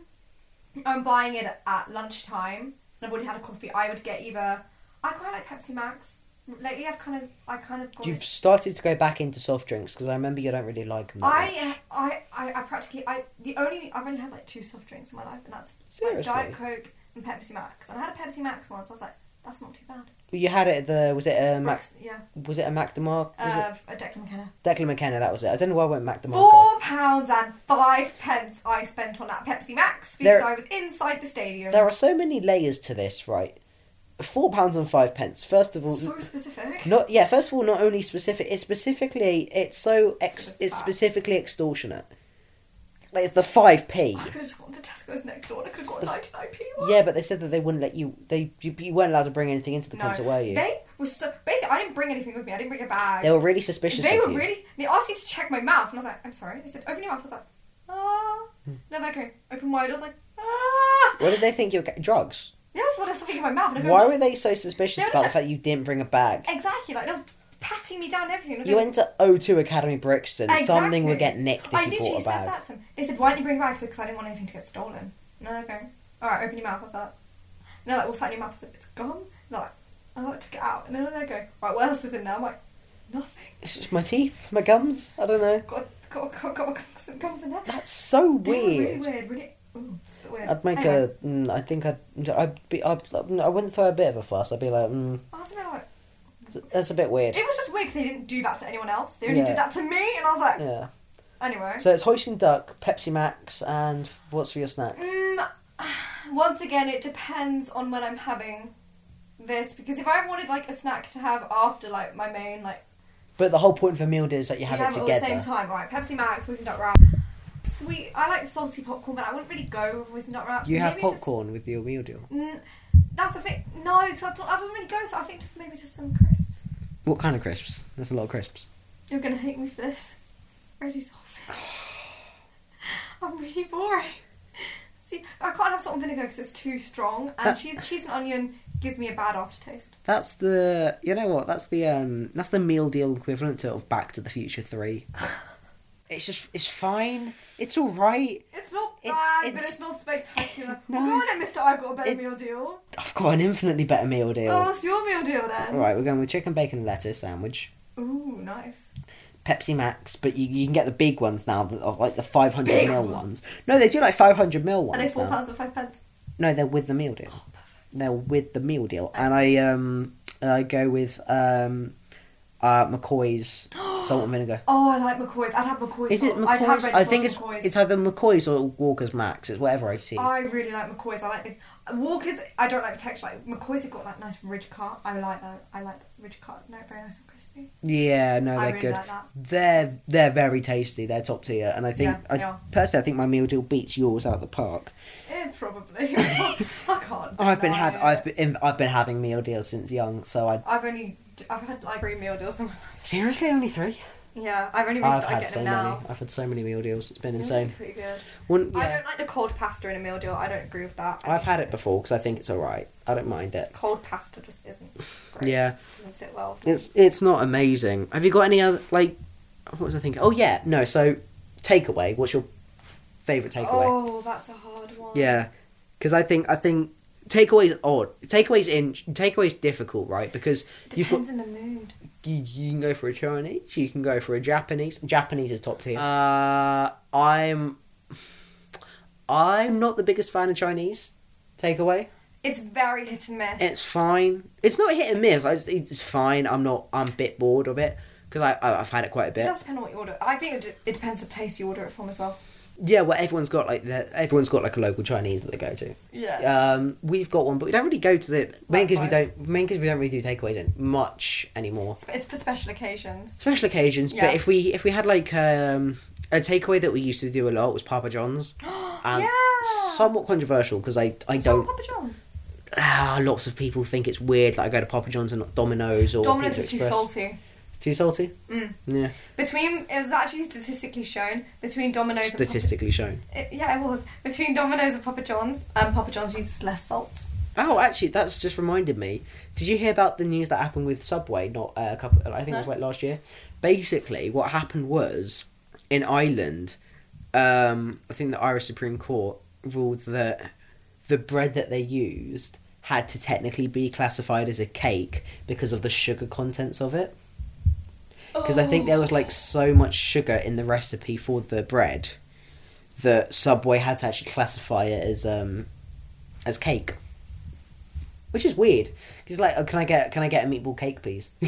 I'm buying it at lunchtime and I've already had a coffee, I would get either I quite like Pepsi Max. Lately, I've kind of I kind of got. You've started to go back into soft drinks because I remember you don't really like them. That much. I, I I I practically I the only I've only had like two soft drinks in my life, and that's like Diet Seriously? Coke and Pepsi Max. And I had a Pepsi Max once. I was like, that's not too bad. You had it at the was it a Mac Breakfast- yeah, was it a Mac DeMarc was uh, a Declan McKenna. it Declan McKenna that was it. I don't know why I went Mac DeMarco. Four pounds and five pence I spent on that Pepsi Max because There- I was inside the stadium. There are so many layers to this, right? Four pounds and five pence. First of all, so specific. not yeah. First of all, not only specific. It's specifically it's so ex, Specific it's facts. specifically extortionate. Like it's the five p. I could have just gone to Tesco's next door. and I could have got a 99p one. Yeah, but they said that they wouldn't let you. They you, you weren't allowed to bring anything into the concert, were you? They were so basically. I didn't bring anything with me. I didn't bring a bag. They were really suspicious. They of were you. really. They asked me to check my mouth, and I was like, "I'm sorry." They said, "Open your mouth." I was like, "Ah." And then I go open wide. I was like, "Ah." Hmm. What did they think you were getting? Drugs. They must have something in Oh my mouth. And I go, Why were they so suspicious They were about the just- fact you didn't bring a bag? Exactly. Like they were patting me down and everything. and I You go, went to O2 Academy Brixton. Something would Exactly. get nicked if I you literally bought a said bag. that to them. They said, "Why didn't you bring bags?" Because I didn't want anything to get stolen. And I go, "All right, open your mouth." I was like, and they're like, "What's that in your mouth?" I said, "It's gone." And they're like, "Oh, I took it out." And then they go, "Right, what else is in there?" I'm like, "Nothing." It's just my teeth, my gums. I don't know. Got got got got, got some gums in there. That's so They were weird. Really weird. Really. Ooh, it's a bit weird. I'd make anyway, a. Mm, I think I'd. I'd be. I'd, mm, I wouldn't throw a bit of a fuss. I'd be like, mm, I was a bit like, that's a bit weird. it was just weird because they didn't do that to anyone else. They only Yeah. did that to me, and I was like, Yeah. anyway. So it's hoisin duck, Pepsi Max, and what's for your snack? Mm, once again, it depends on when I'm having this because if I wanted like a snack to have after like my main like But the whole point of a meal deal is that you have you it have it all at the same together. time, right? Pepsi Max, Whizzing Nut Wrap. Sweet. I like salty popcorn, but I wouldn't really go with Whizzing Nut Wrap. so You have maybe just- popcorn with your meal deal. Mm, that's a thing. No, because I don't, I don't really go. So I think just maybe just some crisps. What kind of crisps? That's a lot of crisps. You're gonna hate me for this. Ready sausage. I'm really boring. See, I can't have salt and vinegar because it's too strong, and That- cheese, cheese and onion gives me a bad aftertaste. That's the. You know what? That's the. um That's the meal deal equivalent to of Back to the Future Three. It's just. It's fine. It's all right. It's not It- bad, but it's- it's not spectacular. No. Well, go on then, Mr. I've got a better It- meal deal. I've got an infinitely better meal deal. Oh, it's your meal deal then. All right, we're going with chicken bacon and lettuce sandwich. Ooh, nice. Pepsi Max, but you, you can get the big ones now, the- of, like the 500 Big mil ones? ones. No, they do like 500 mil Are ones. they four now. pounds Oh, or five pence? No, they're with the meal deal. They're with the meal deal, and I um I go with um uh McCoy's salt and vinegar. Oh, I like McCoy's. I'd have McCoy's. Is it sauce. I'd have McCoy's? red I sauce think it's McCoy's. it's either McCoy's or Walker's Max. It's whatever I see. I really like McCoy's. I like the Walker's. I don't like the texture. Like McCoy's have got that nice ridge cut. I like that. I like ridge cut. No, very nice and crispy. yeah, no, I they're really good. like that. They're they're very tasty. They're top tier, and I think Yeah, they I, are. personally I think my meal deal beats yours out of the park. Eh, probably. I can't. I've been deny have it. I've been I've been having meal deals since young, so I I've only. I've had like three meal deals. in my life. seriously only three. Yeah, I've only really I've started had getting so them many. now. I've had so many meal deals. It's been Meal deals insane. are Pretty good. One, I yeah. don't like the cold pasta in a meal deal. I don't agree with that. I I've think had it before because I think it's all right. I don't mind it. cold pasta just isn't great. Yeah, Doesn't sit well. it's it's not amazing. Have you got any other like? What was I thinking? Oh yeah, no. So takeaway. What's your favorite takeaway? Oh, that's a hard one. Yeah. 'Cause Yeah, because I think I think takeaways odd. Takeaways in takeaways difficult, right? Because you've got Depends on the mood. you, you can go for a Chinese, you can go for a Japanese. Japanese is top tier. Uh, I'm I'm not the biggest fan of Chinese takeaway. It's very hit and miss. It's fine. It's not hit and miss. I just, it's fine. I'm not. I'm a bit bored of it because I, I I've had it quite a it bit. does depend on what you order. I think it, d- it depends the place you order it from as well. Yeah, well, everyone's got like their, everyone's got like a local Chinese that they go to. Yeah. Um, we've got one, but we don't really go to the main because we Likewise. don't main because we don't really do takeaways in much anymore. It's- It's for special occasions. Special occasions, Yeah. but if we if we had like um, a takeaway that we used to do a lot was Papa John's, and yeah. somewhat controversial because I I So don't Papa John's. ah, lots of people think it's weird that I go to Papa John's and not Domino's or Domino's Pizza is too Express. salty. Too salty. Mm. Yeah, Between it was actually statistically shown between Domino's statistically shown. and Papa, it, yeah it was between Domino's and Papa John's. Um, Papa John's uses less salt. Oh, actually, that's just reminded me. Did you hear about the news that happened with Subway? Not uh, a couple. I think it was No. like last year. Basically, what happened was in Ireland, um, I think the Irish Supreme Court ruled that the bread that they used had to technically be classified as a cake because of the sugar contents of it. Because I Oh. think there was like so much sugar in the recipe for the bread that Subway had to actually classify it as um as cake, which is weird. Because like, oh, can I get can I get a meatball cake, please?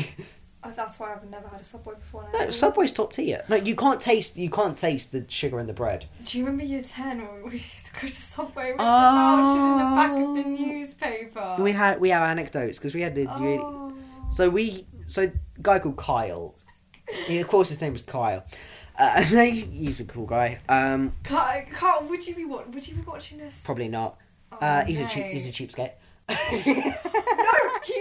Oh, that's why I've never had a Subway before. no, Subway's top tier. No, you can't taste you can't taste the sugar in the bread. Do you remember Year Ten when we used to go to Subway with Oh. the vouchers in the back of the newspaper? We had we have anecdotes because we had the really, Oh. so we so a guy called Kyle. Yeah, of course, his name was Kyle. Uh, he's a cool guy. Um, Carl, Carl, would you be what? Would you be watching this? probably not. Oh, Uh, he's a no. cheap, he's a cheapskate. No, he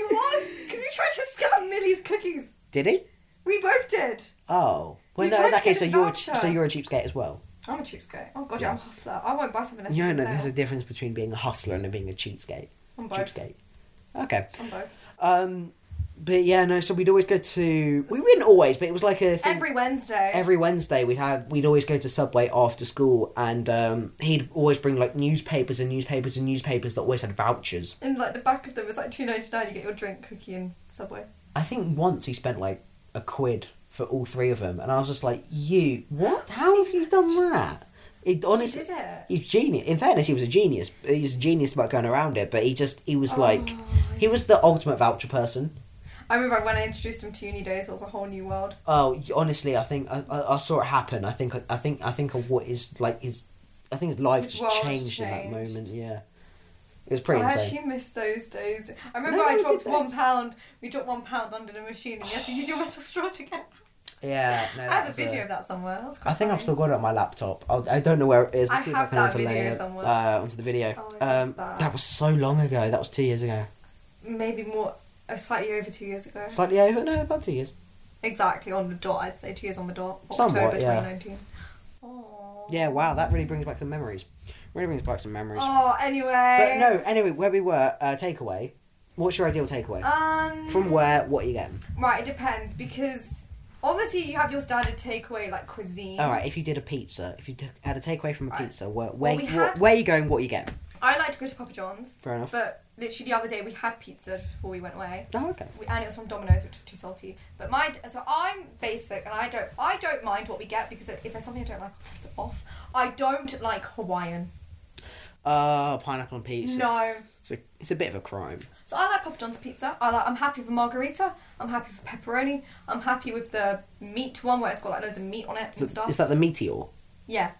was because we tried to scam Millie's cookies. Did he? We both did. Oh. Well, You no, tried in that to get case, so his you're, a- voucher. so you're a cheapskate as well. I'm a cheapskate. Oh god, Yeah. yeah. I'm a hustler. I won't buy something. Yeah, no, i there's a difference between being a hustler and being a cheapskate. I'm both. Cheapskate. Okay. I'm both. Um, but yeah, no, so we'd always go to. We wouldn't always, but it was like a thing. Every Wednesday. Every Wednesday, we'd have we'd always go to Subway after school, and um, he'd always bring like newspapers and newspapers and newspapers that always had vouchers. And like the back of them was like two ninety nine. You get your drink, cookie, and Subway. I think once he spent like a quid for all three of them, and I was just like, "You what? How have you done that?" It honestly, did it. he's genius. In fairness, he was a genius. He's a genius about going around it, but he just he was Oh, like he was the ultimate voucher person. I remember when I introduced him to uni days. It was a whole new world. Oh, y- honestly, I think I, I, I saw it happen. I think I think I think of what is like his. I think his life His just world changed in that changed. moment. Yeah, it was pretty I insane. actually missed those days. I remember they I were dropped good one days. pound. We dropped one pound under the machine, and you had to use your metal straw to get. Yeah, no, I that have a was video of that somewhere. That's quite I think I've funny. still got it on my laptop. I'll, I don't know where it is. I'll I see have if I can that video overlay it, somewhere. uh, onto the video. Oh, I um, missed that. was so long ago. That was two years ago. maybe more uh, slightly over two years ago. Slightly over, no, about two years. exactly on the dot. I'd say two years on the dot. Somewhat, October yeah. 2019. Aww. Yeah, wow, that really brings back some memories. Really brings back some memories. Oh, But anyway. no, anyway, where we were, uh, takeaway. What's your ideal takeaway? Um. From where? What are you getting? Right, it depends because obviously you have your standard takeaway like cuisine. All right, if you did a pizza, if you took, had a takeaway from a Right. pizza, where where, we where, had- where are you going? What are you getting? I like to go to Papa John's, Fair enough. but literally the other day we had pizza before we went away. Oh, okay. We, and it was from Domino's, which is too salty. But my so I'm basic, and I don't I don't mind what we get because if there's something I don't like, I'll take it off. I don't like Hawaiian. Uh, pineapple and pizza. No. It's a, it's a bit of a crime. So I like Papa John's pizza. I like, I'm happy with margarita. I'm happy with pepperoni. I'm happy with the meat one where it's got like loads of meat on it and Is that- stuff. is that the meteor? Yeah,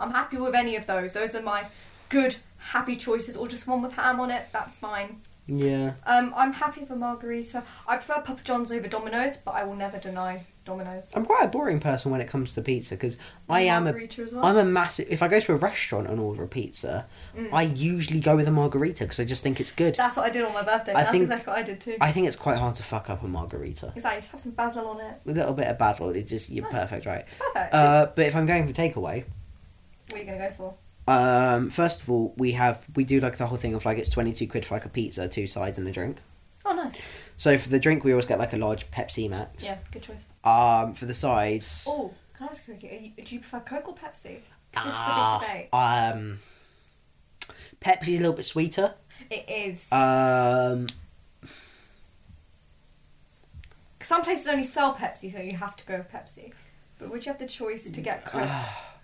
I'm happy with any of those. Those are my good happy choices, or just one with ham on it. That's fine. Yeah. Um, I'm happy with a margarita. I prefer Papa John's over Domino's, but I will never deny Domino's. I'm quite a boring person when it comes to pizza because I am a margarita as well. I'm a massive. If I go to a restaurant and order a pizza, Mm. I usually go with a margarita because I just think it's good. That's what I did on my birthday. I That's think- exactly what I did too. I think it's quite hard to fuck up a margarita. Exactly. Just have some basil on it. A little bit of basil, it's just you're Nice. perfect, right? It's perfect. Uh, but if I'm going for takeaway, what are you gonna go for? um, first of all, we have we do like the whole thing of like it's twenty two quid for like a pizza, two sides, and a drink. Oh, nice. So for the drink, we always get like a large Pepsi Max. Yeah, good choice. Um, for the sides, Oh, can I ask you, Ricky, are you- do you prefer Coke or Pepsi? 'Cause This is the ah, big debate. um, ah, Pepsi's a little bit sweeter. It is. Um, Some places only sell Pepsi, so you have to go with Pepsi. But would you have the choice to get Coke? Ah,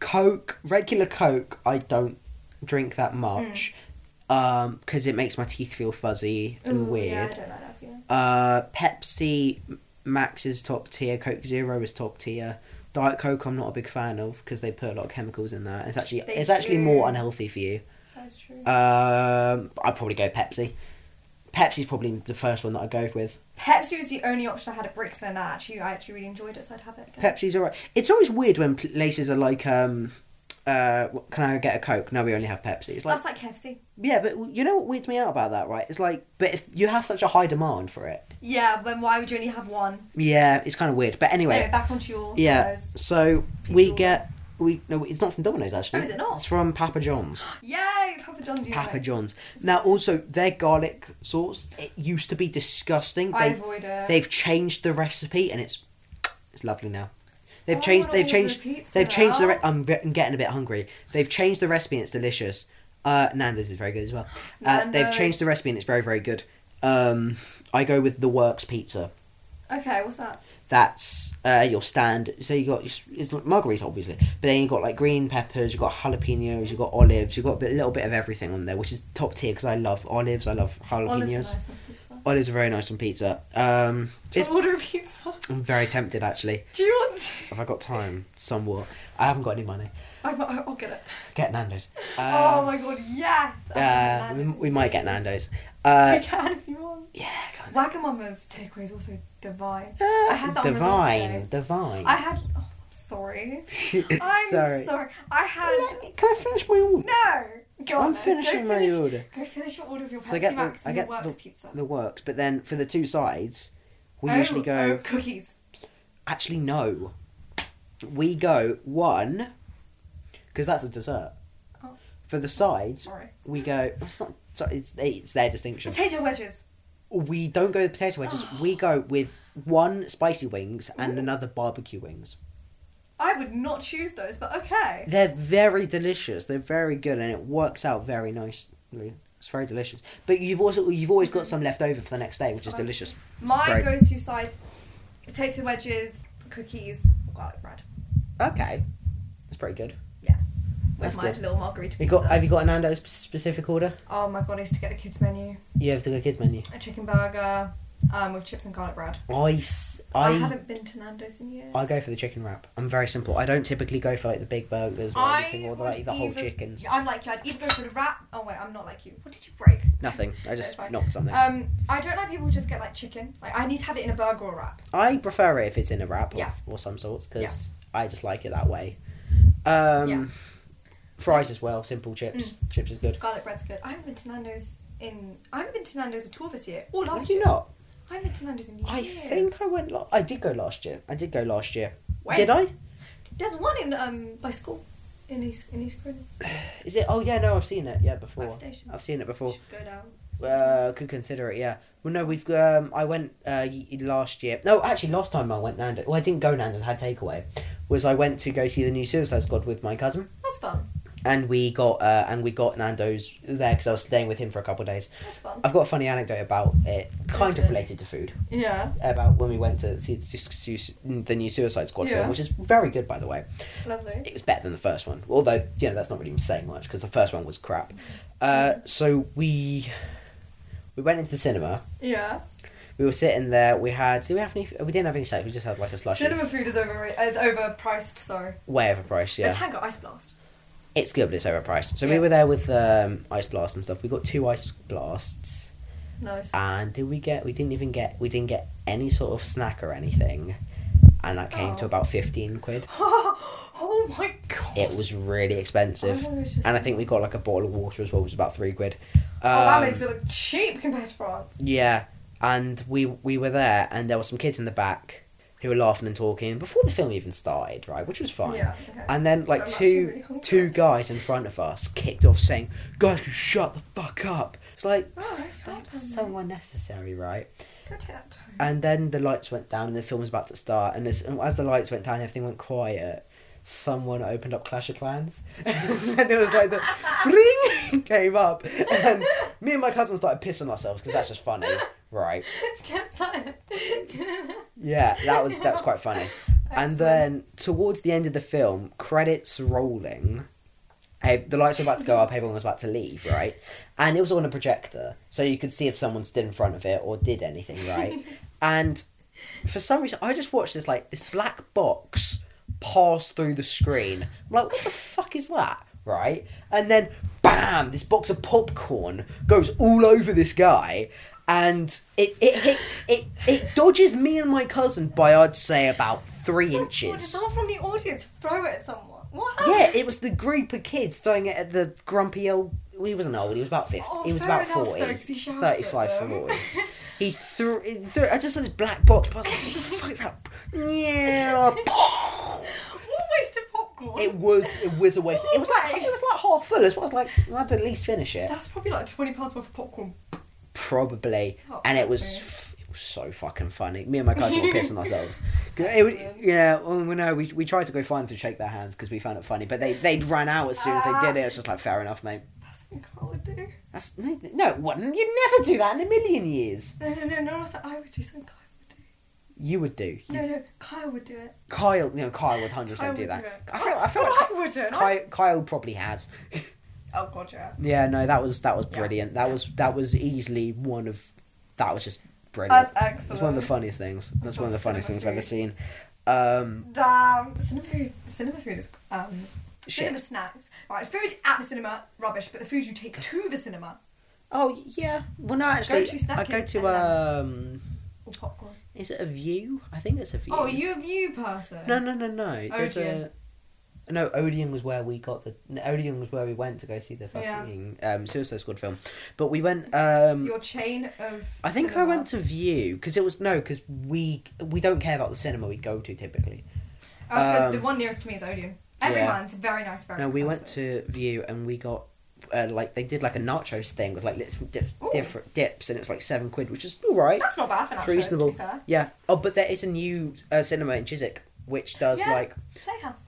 Coke, regular Coke, I don't drink that Hmm. much because it makes my teeth feel fuzzy and Ooh, weird. Yeah, I don't like that feeling. Uh, Pepsi Max is top tier. Coke Zero is top tier. Diet Coke, I'm not a big fan of because they put a lot of chemicals in that. It's actually They it's actually do. more unhealthy for you. That's true. Um, I'd probably go Pepsi. Pepsi's probably the first one that I go with. Pepsi was the only option I had at Brixton, and I actually, I actually really enjoyed it, so I'd have it again. Pepsi's alright. It's always weird when places are like, um, uh, what- can I get a Coke? No, we only have Pepsi. It's like, That's like KFC. yeah, but you know what weirds me out about that, right? It's like, but if you have such a high demand for it, Yeah, then why would you only have one? yeah, it's kind of weird. But anyway, Anyway, back onto your Yeah. photos. So we Order. get we no, it's not from Domino's actually. Oh, is it not? It's from Papa John's. Yay, Papa John's. You Papa know. John's. Now also their garlic sauce. It used to be disgusting. I They avoid it. they've changed the recipe and it's it's lovely now. They've Oh, I changed. wanna They've order changed. pizza They've changed the. now. Re- I'm, ve- I'm getting a bit hungry. They've changed the recipe and it's delicious. Uh, Nando's is very good as well. Uh, they've Nando's. changed the recipe and it's very very good. Um, I go with the Works pizza Okay, what's that? that's uh, your stand. So you got it's like margarita, obviously, but then you got like green peppers, you got jalapenos, you got olives, you got a bit- little bit of everything on there, which is top tier because I love olives, I love jalapenos. Olives Olives, are nice on pizza. are very nice on pizza. Um, Should it's, I order a pizza? I'm very tempted actually. Do you want to? Have I got time? Somewhat. I haven't got any money. I'm, I'll get it. Get Nando's. Um, oh my god, yes! I Uh, love we, Nando's. we might get Nando's. You Uh, can if you want. yeah, go on. Wagamama's takeaway is also divine. I had that on results divine, day. divine. I had. Oh, sorry. I'm sorry. sorry. I had. Let me- Can I finish my order? No! Go on I'm then. finishing go my finish, order. Go finish your order of your Pepsi So I get the- Max I and get your works the- pizza. the works, but then for the two sides, we oh, usually go. Oh, cookies. Actually, no. We go one, because that's a dessert. Oh. For the sides, Sorry. we go. It's not. Sorry, it's it's their distinction. Potato wedges. We don't go with potato wedges. We go with one spicy wings and another barbecue wings. I would not choose those, but okay. They're very delicious. They're very good, and it works out very nicely. It's very delicious. But you've also you've always got some left over for the next day, which is Oh, delicious. It's My very- go to sides potato wedges, cookies, garlic bread. Okay, that's pretty good. With That's my good. little margarita You pizza. got? Have you got a Nando's specific order? Oh my god, I used to get a kids menu. You have to go kids menu. A chicken burger um, with chips and garlic bread. I s- I, I haven't been to Nando's in years. I go for the chicken wrap. I'm very simple. I don't typically go for like the big burgers or I anything or the, would like the whole either- chickens. I'm like you. I'd either go for the wrap. Oh wait, I'm not like you. What did you break? Nothing. I just fine. knocked something. Um, I don't like people who just get like chicken. Like I need to have it in a burger or wrap. I prefer it if it's in a wrap or, Yeah. or some sorts because I just like it that way. Um, Yeah. Mm. Fries as well. Simple chips. Chips is good. Garlic bread's good. I haven't been to Nando's in. I haven't been to Nando's at all this year. Or Have last you year. not? I haven't been to Nando's in years. I think I went. La- I did go last year. I did go last year. When? Did I? There's one in um by school, in East in East Croydon. Is it? Oh yeah, no, I've seen it. Yeah, before. Backstation. I've seen it before. Should go down. Uh, could consider it, yeah. Well, no, we've um, I went uh, y- last year. No, actually, last time I went Nando's. Well, I didn't go Nando's. I had takeaway. Was I went to go see the new Suicide Squad with my cousin, That's fun. and we got uh, and we got Nando's there because I was staying with him for a couple of days. That's fun. I've got a funny anecdote about it, kind of Okay. related to food, Yeah. about when we went to see the, su- su- the new Suicide Squad film, Yeah. which is very good, by the way. Lovely. It was better than the first one, although you know that's not really saying much because the first one was crap. Uh, so we we went into the cinema. Yeah. We were sitting there. We had. Did we have any? We didn't have any snacks. We just had like a slushy. Cinema food is overrated. Is overpriced. Sorry. Way overpriced. Yeah. Yeah, The Tango Ice Blast. it's good, but it's overpriced. So we Yeah. were there with um, ice blasts and stuff. We got two ice blasts, Nice. and did we get? We didn't even get. We didn't get any sort of snack or anything, and that came to Oh. about fifteen quid. oh my god. It was really expensive, Oh, it's just- and I think we got like a bottle of water as well, which was about three quid. Um, oh, that makes it look cheap compared to France. Yeah, and we we were there, and there were some kids in the back who were laughing and talking before the film even started, right? Which was fine. Yeah. Okay. And then like I'm actually two really hungry. two guys in front of us kicked off saying, "Guys, you shut the fuck up." It's like oh, stop. that's so unnecessary, right? Don't take that tone. And then the lights went down and the film was about to start, and as, and as the lights went down, everything went quiet. someone opened up Clash of Clans, and it was like the ring came up, and me and my cousin started pissing ourselves because that's just funny, right? Yeah, that was that was quite funny. And then towards the end of the film, credits rolling. eh, the lights were about to go up, everyone was about to leave, right? And it was on a projector, so you could see if someone stood in front of it or did anything, right? and for some reason, I just watched this like this black box pass through the screen. I'm like, what the fuck is that, right? And then, bam! This box of popcorn goes all over this guy, and it it hit, it it dodges me and my cousin by I'd say about three Did inches. someone from the audience throw it at someone? What? Yeah, it was the group of kids throwing it at the grumpy old. well, He wasn't old. He was about fifty. Oh, he was fair about enough, forty. though, 'cause he shouted at 35, them. 40. He threw, he threw. I just saw this black box. Pass. What the fuck is that? Yeah. What a waste of popcorn. It was. It was a waste. It was like. It was like half full. As well. I was like, I had to at least finish it. That's probably like twenty pounds worth of popcorn. Probably. Oh, and it that's was. weird. f- It was so fucking funny. Me and my cousin were pissing ourselves. 'Cause It was, yeah, well, we know we, we tried to go find them to shake their hands because we found it funny, but they they ran out as soon as they did it. It's just like fair enough, mate. That's something Carl would do. That's no, no. What? You'd never do that in a million years. No, no, no, no. I said I would do something. Kyle would do. You would do. You- No, no, Kyle would do it. Kyle, no, Kyle would hundred Kyle percent do would that. do it. I feel, I feel But like I wouldn't. I- Kyle, Kyle probably has. Oh god, yeah. Yeah, no, that was that was Yeah. brilliant. That Yeah. was that was easily one of that was just brilliant. That's excellent. It's one of the funniest things. That's one of the That's so funniest things I've much ever seen. Um, Damn. Cinema food. Cinema food is um. Cinema shit. snacks. Right, food at the cinema, rubbish. But the food you take to the cinema, Oh yeah. Well, no, actually, Go-to snack I go is to M&Ms. um. or popcorn. Is it a view? I think it's a view. Oh, are you a view person? No, no, no, no. There's Odeon. a no. Odeon was where we got the no, Odeon was where we went to go see the Yeah. fucking um, Suicide Squad film. But we went. Um, Your chain of. I think I cinema. went to View because it was no because we we don't care about the cinema we go to typically. I was um, Oh, the one nearest to me is Odeon. yeah. Everyone's very nice, very. No, we went expensive. to View and we got. Uh, like they did like a nachos thing with like little dips, Ooh. different dips and it was like seven quid which is all right That's not bad for It's nachos. reasonable. To be fair. yeah oh but there is a new uh, cinema in Chiswick which does Yeah. like Playhouse.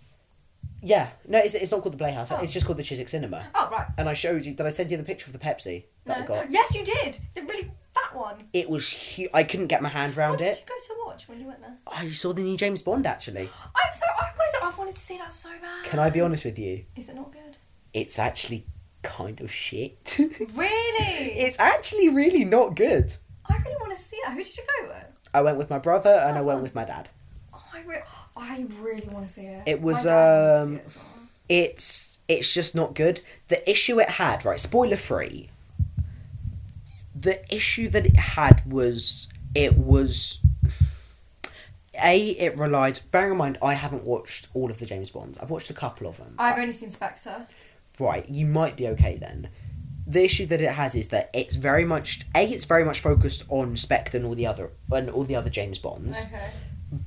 yeah no it's, it's not called the Playhouse Oh. it's just called the Chiswick Cinema Oh right. and I showed you. Did I send you the picture of the Pepsi that I No. got? Yes, you did. The really fat one. It was huge. I couldn't get my hand What round did it. you go to watch when you went there? I saw the new James Bond actually. I'm so. I wanted. To, I've wanted to see that so bad. Can I be honest with you? Is it not good? It's actually kind of shit. Really? it's actually really not good. I really want to see that. Who did you go with? I went with my brother and I Uh-huh. went with my dad. Oh, I, re- I really want to see it. It My was, dad um, wanted to see it as well. It's it's just not good. The issue it had, right? Spoiler free. The issue that it had was it was a it relied. Bearing in mind, I haven't watched all of the James Bonds. I've watched a couple of them. I've only seen Spectre. right, you might be okay then. The issue that it has is that it's very much a. It's very much focused on Spectre and all the other and all the other James Bonds. Okay.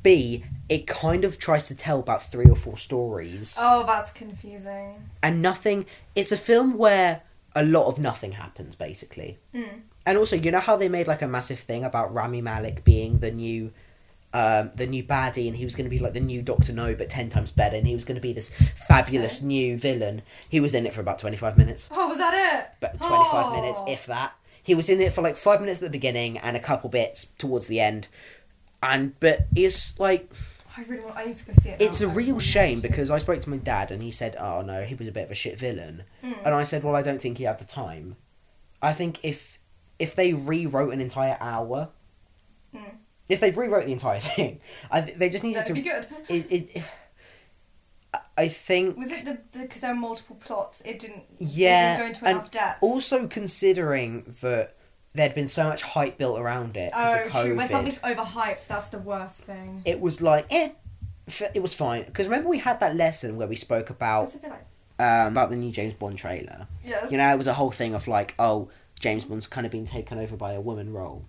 B. It kind of tries to tell about three or four stories, Oh, that's confusing. and nothing. It's a film where a lot of nothing happens basically. Mm. And also, you know how they made like a massive thing about Rami Malik being the new, um, the new baddie, and he was going to be like the new Doctor No, but ten times better, and he was going to be this fabulous new villain. He was in it for about twenty five minutes. Oh, was that it? but 25 Oh. minutes, if that. He was in it for like five minutes at the beginning and a couple bits towards the end. And but it's like I really want. I need to go see it. it's now. Hmm. a I real really shame want to. because I spoke to my dad and he said, "Oh no, he was a bit of a shit villain," Mm. and I said, "Well, I don't think he had the time. I think if if they rewrote an entire hour, Mm. if they rewrote the entire thing, I th- they just needed That'd be to. good. It, it, I think Was it the because there were multiple plots? It didn't. Yeah, It didn't go into and enough depth. also considering that there'd been so much hype built around it because Oh, of true. When COVID, something's overhyped, that's the worst thing. it was like eh, f- it was fine. Because remember we had that lesson where we spoke about It's a bit like um, about the new James Bond trailer. yes. You know, it was a whole thing of like, oh, James Bond's kind of been taken over by a woman role.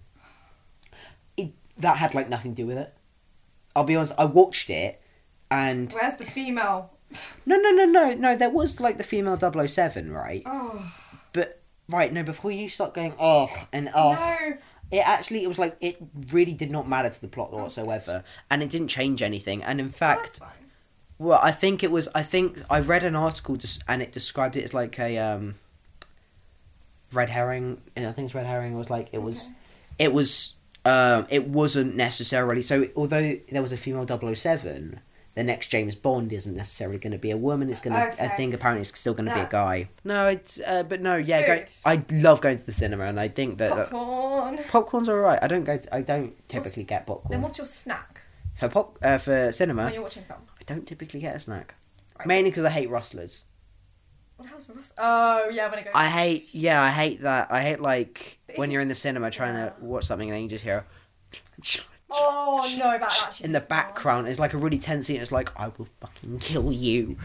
It, that had like nothing to do with it. I'll be honest. I watched it, and Where's the female? no, no, no, no, no. There was like the female 007, right? Oh But right, no. Before you start going, oh, and oh. no. it actually it was like it really did not matter to the plot whatsoever and it didn't change anything and in That's fact fine. Well, I think it was. I think I read an article just, and it described it as like a um, red herring. And I think it's red herring. Was like it was, Okay. it was. Um, it wasn't necessarily so. Although there was a female 007, the next James Bond isn't necessarily going to be a woman. It's going to. I Okay. think apparently it's still going to be No. a guy. No, it's. Uh, but no, yeah. Go, Food. I love going to the cinema, and I think that that- Popcorn. popcorn's all right. I don't go. I don't typically get Then popcorn what's your snack for pop uh, for cinema. when you're watching film? I don't typically get a snack, Right. mainly because I hate rustlers. What else? Rus- oh yeah, when it goes. I hate, yeah, I hate that. I hate like But if when you- you're in the cinema trying to Yeah. watch something and then you just hear Oh no, about that. in the shit's not. background. It's like a really tense scene. It's like I will fucking kill you.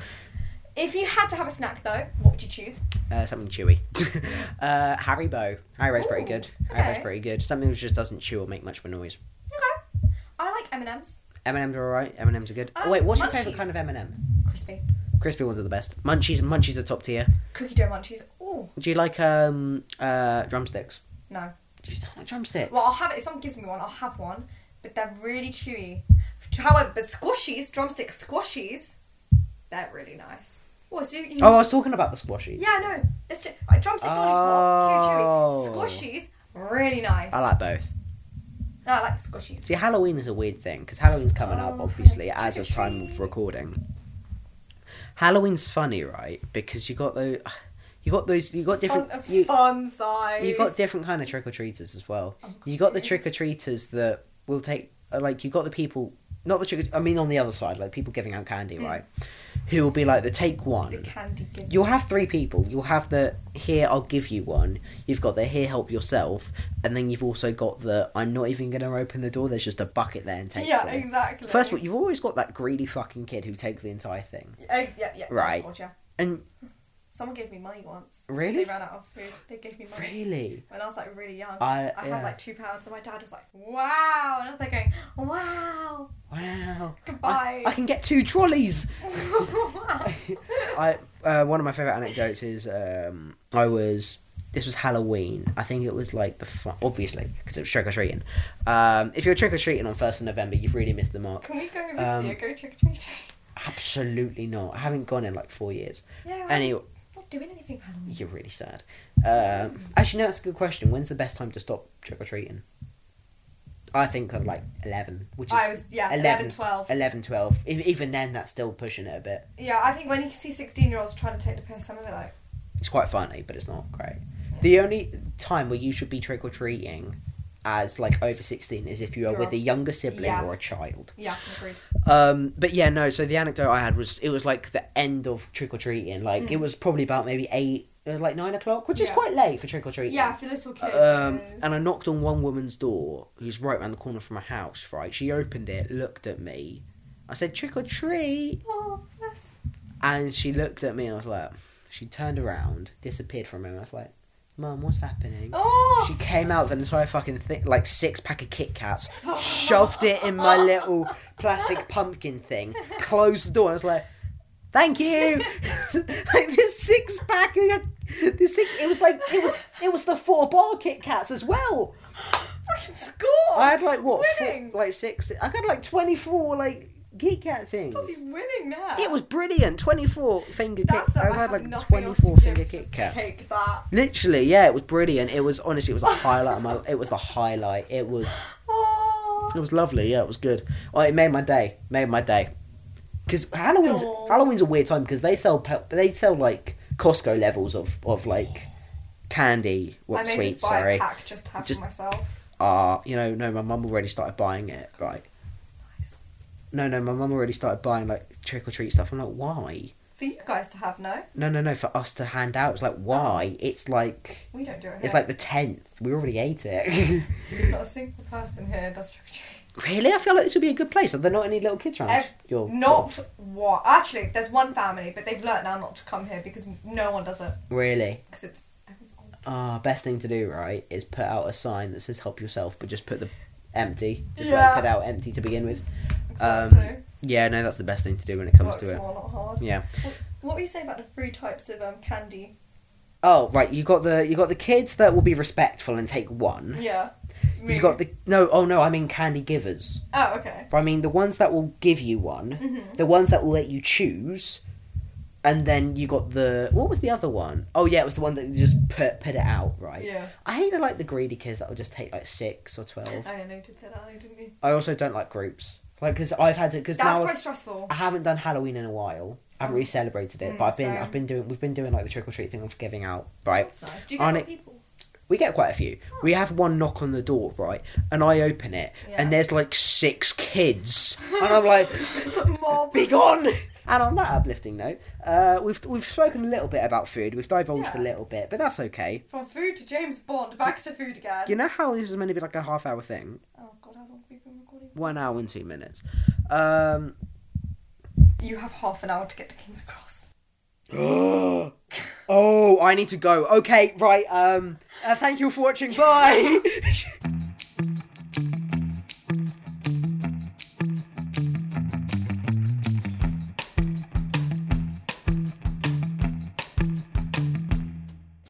If you had to have a snack though, what would you choose? Uh, something chewy. uh, Harry Bow. Harry Bow's pretty Ooh, good. Harry okay. Bow's pretty good. Something which just doesn't chew or make much of a noise. Okay. I like M and M's. M and M's are alright. M and M's are good. Um, oh wait, what's your favorite munchies. kind of M and M? Crispy. Crispy ones are the best. Munchies, munchies are top tier. Cookie dough munchies. Oh Do you like um uh drumsticks? no. Do you not like drumsticks? Well, I'll have it if someone gives me one. I'll have one, but they're really chewy. However, the squashies, drumstick squashies, they're really nice. What so you? you Oh, I was talking about the squashy. Yeah, no. It's too, like, drumstick lollipop, too Oh. chewy. Squashies, really nice. I like both. No, I like squashies. See, Halloween is a weird thing because Halloween's coming up, Oh, obviously, trick as or of time treat. of recording. Halloween's funny, right? Because you got those, you got those, you got different, Fun, you, fun size. you got different kind of trick or treaters as well. Oh, You got the God. trick or treaters that will take, uh, like, you got the people, not the trick. I mean, on the other side, like people giving out candy, Mm. right? Who will be like the take The one. candy gift. You'll have three people. You'll have the here, I'll give you one. You've got the here, help yourself, and then you've also got the I'm not even going to open the door. There's just a bucket there and take. Yeah, it. exactly. First of all, you've always got that greedy fucking kid who takes the entire thing. Ex- Oh, yeah, yeah. Right. God, yeah. And Someone gave me money once. 'cause Really? They ran out of food. They gave me money. really, When I was like really young, I, I, yeah. had like two pounds, and my dad was like, "Wow," and I was like going, "Wow, wow. goodbye." I can get two trolleys. I uh, one of my favorite anecdotes is um, I was this was Halloween. I think it was like the fu- obviously because it was trick or treating. Um, if you're trick or treating on first of November, you've really missed the mark. can we go this Um, year? Go trick or treating. Absolutely not. I haven't gone in like four years. Yeah. I'm Anyway, not doing anything for Halloween. you're really sad. Um, actually, no, that's a good question. When's the best time to stop trick or treating? I think I'm like 11, which is I was yeah 11, 12. 11, 12. E- Even then, that's still pushing it a bit. Yeah, I think when you see sixteen-year-olds trying to take the piss, I'm a bit like, It's quite funny, but it's not great. The only time where you should be trick or treating as like over 16 is if you are You're with a- a younger sibling or a Yes. child. yeah, agreed. Um, but yeah, no. So the anecdote I had was it was like the end of trick or treating. Like Mm. it was probably about maybe eight, it was like nine o'clock, which is Yeah. quite late for trick or treating. Yeah, for little kids. Um, it is. and I knocked on one woman's door who's right around the corner from my house. Right, she opened it, looked at me. I said trick or treat, oh, bless. and she looked at me. and I was like, she turned around, disappeared from him. I was like, Mum, what's happening? Oh, She came out with an entire fucking thing, like six pack of Kit Kats, shoved it in my little plastic pumpkin thing, closed the door, and I was like, "Thank you." like this six pack, of, this six, it was like it was it was the four bar Kit Kats as well. fucking score. I had like what, four- winning. like six? I had like twenty four like Kit Kat things. Bloody winning now. It was brilliant. Twenty four finger Kit. That's it. I I had have like nothing twenty else four to give, finger so Kit just Kat. Take that. Literally, yeah, it was brilliant. It was honestly, it was a highlight of my. It was the highlight. It was, Oh. it was lovely. Yeah, it was good. Oh, it made my day. Made my day. Because Halloween's Aw. Halloween's a weird time because they sell pe- they sell like Costco levels of of like candy, I what may sweets? just buy Sorry, a pack just to have Just- for myself. ah, you know, no, my mum already started buying it. Right? Nice. No, no, my mum already started buying like trick or treat stuff. I'm like, why? For you guys to have, no? No, no, no, for us to hand out. It's like, why? It's like. We don't do it here. It's like the tenth. We already ate it. Not a single person here does trick or treat. Really? I feel like this would be a good place. Are there not any little kids around? Ev- Your Not shop? what? Actually, there's one family, but they've learnt now not to come here because no one does it. Really? Because it's. everyone's old. Ah, best thing to do, right, is put out a sign that says help yourself, but just put the empty. Just Yeah. like put out empty to begin with. Exactly. Yeah, no, that's the best thing to do when it Um, comes Work to it. small, not hard. Yeah. What were you saying about the three types of um, candy? Oh, right, you got the you got the kids that will be respectful and take one. Yeah. You got the no. Oh no, I mean candy givers. Oh, okay. Mm-hmm. I mean the ones that will give you one, the ones that will let you choose, and then you got the what was the other one? Oh yeah, it was the one that just put put it out right. Yeah. I hate the like the greedy kids that will just take like six or twelve. I know you did say that, I didn't you? I also don't like groups, like because I've had to because That's now quite I've, stressful. I have not done Halloween in a while. I haven't really celebrated it, Mm, but I've been same. I've been doing we've been doing like the trick or treat thing of giving out right. That's nice. Do you get On more it- people? We get quite a few. We have one knock on the door, right? And I open it, Yeah. and there's like six kids, and I'm like, Mob. "Be gone!" And on that uplifting note, uh, we've we've spoken a little bit about food. We've divulged a Yeah. little bit, but that's okay. From food to James Bond, back to food again. You know how this is meant to be like a half hour thing, Oh god, how long have we been recording? one hour and two minutes. Um, You have half an hour to get to King's Cross. oh, I need to go. Okay, right. Um, uh, thank you all for watching. Bye.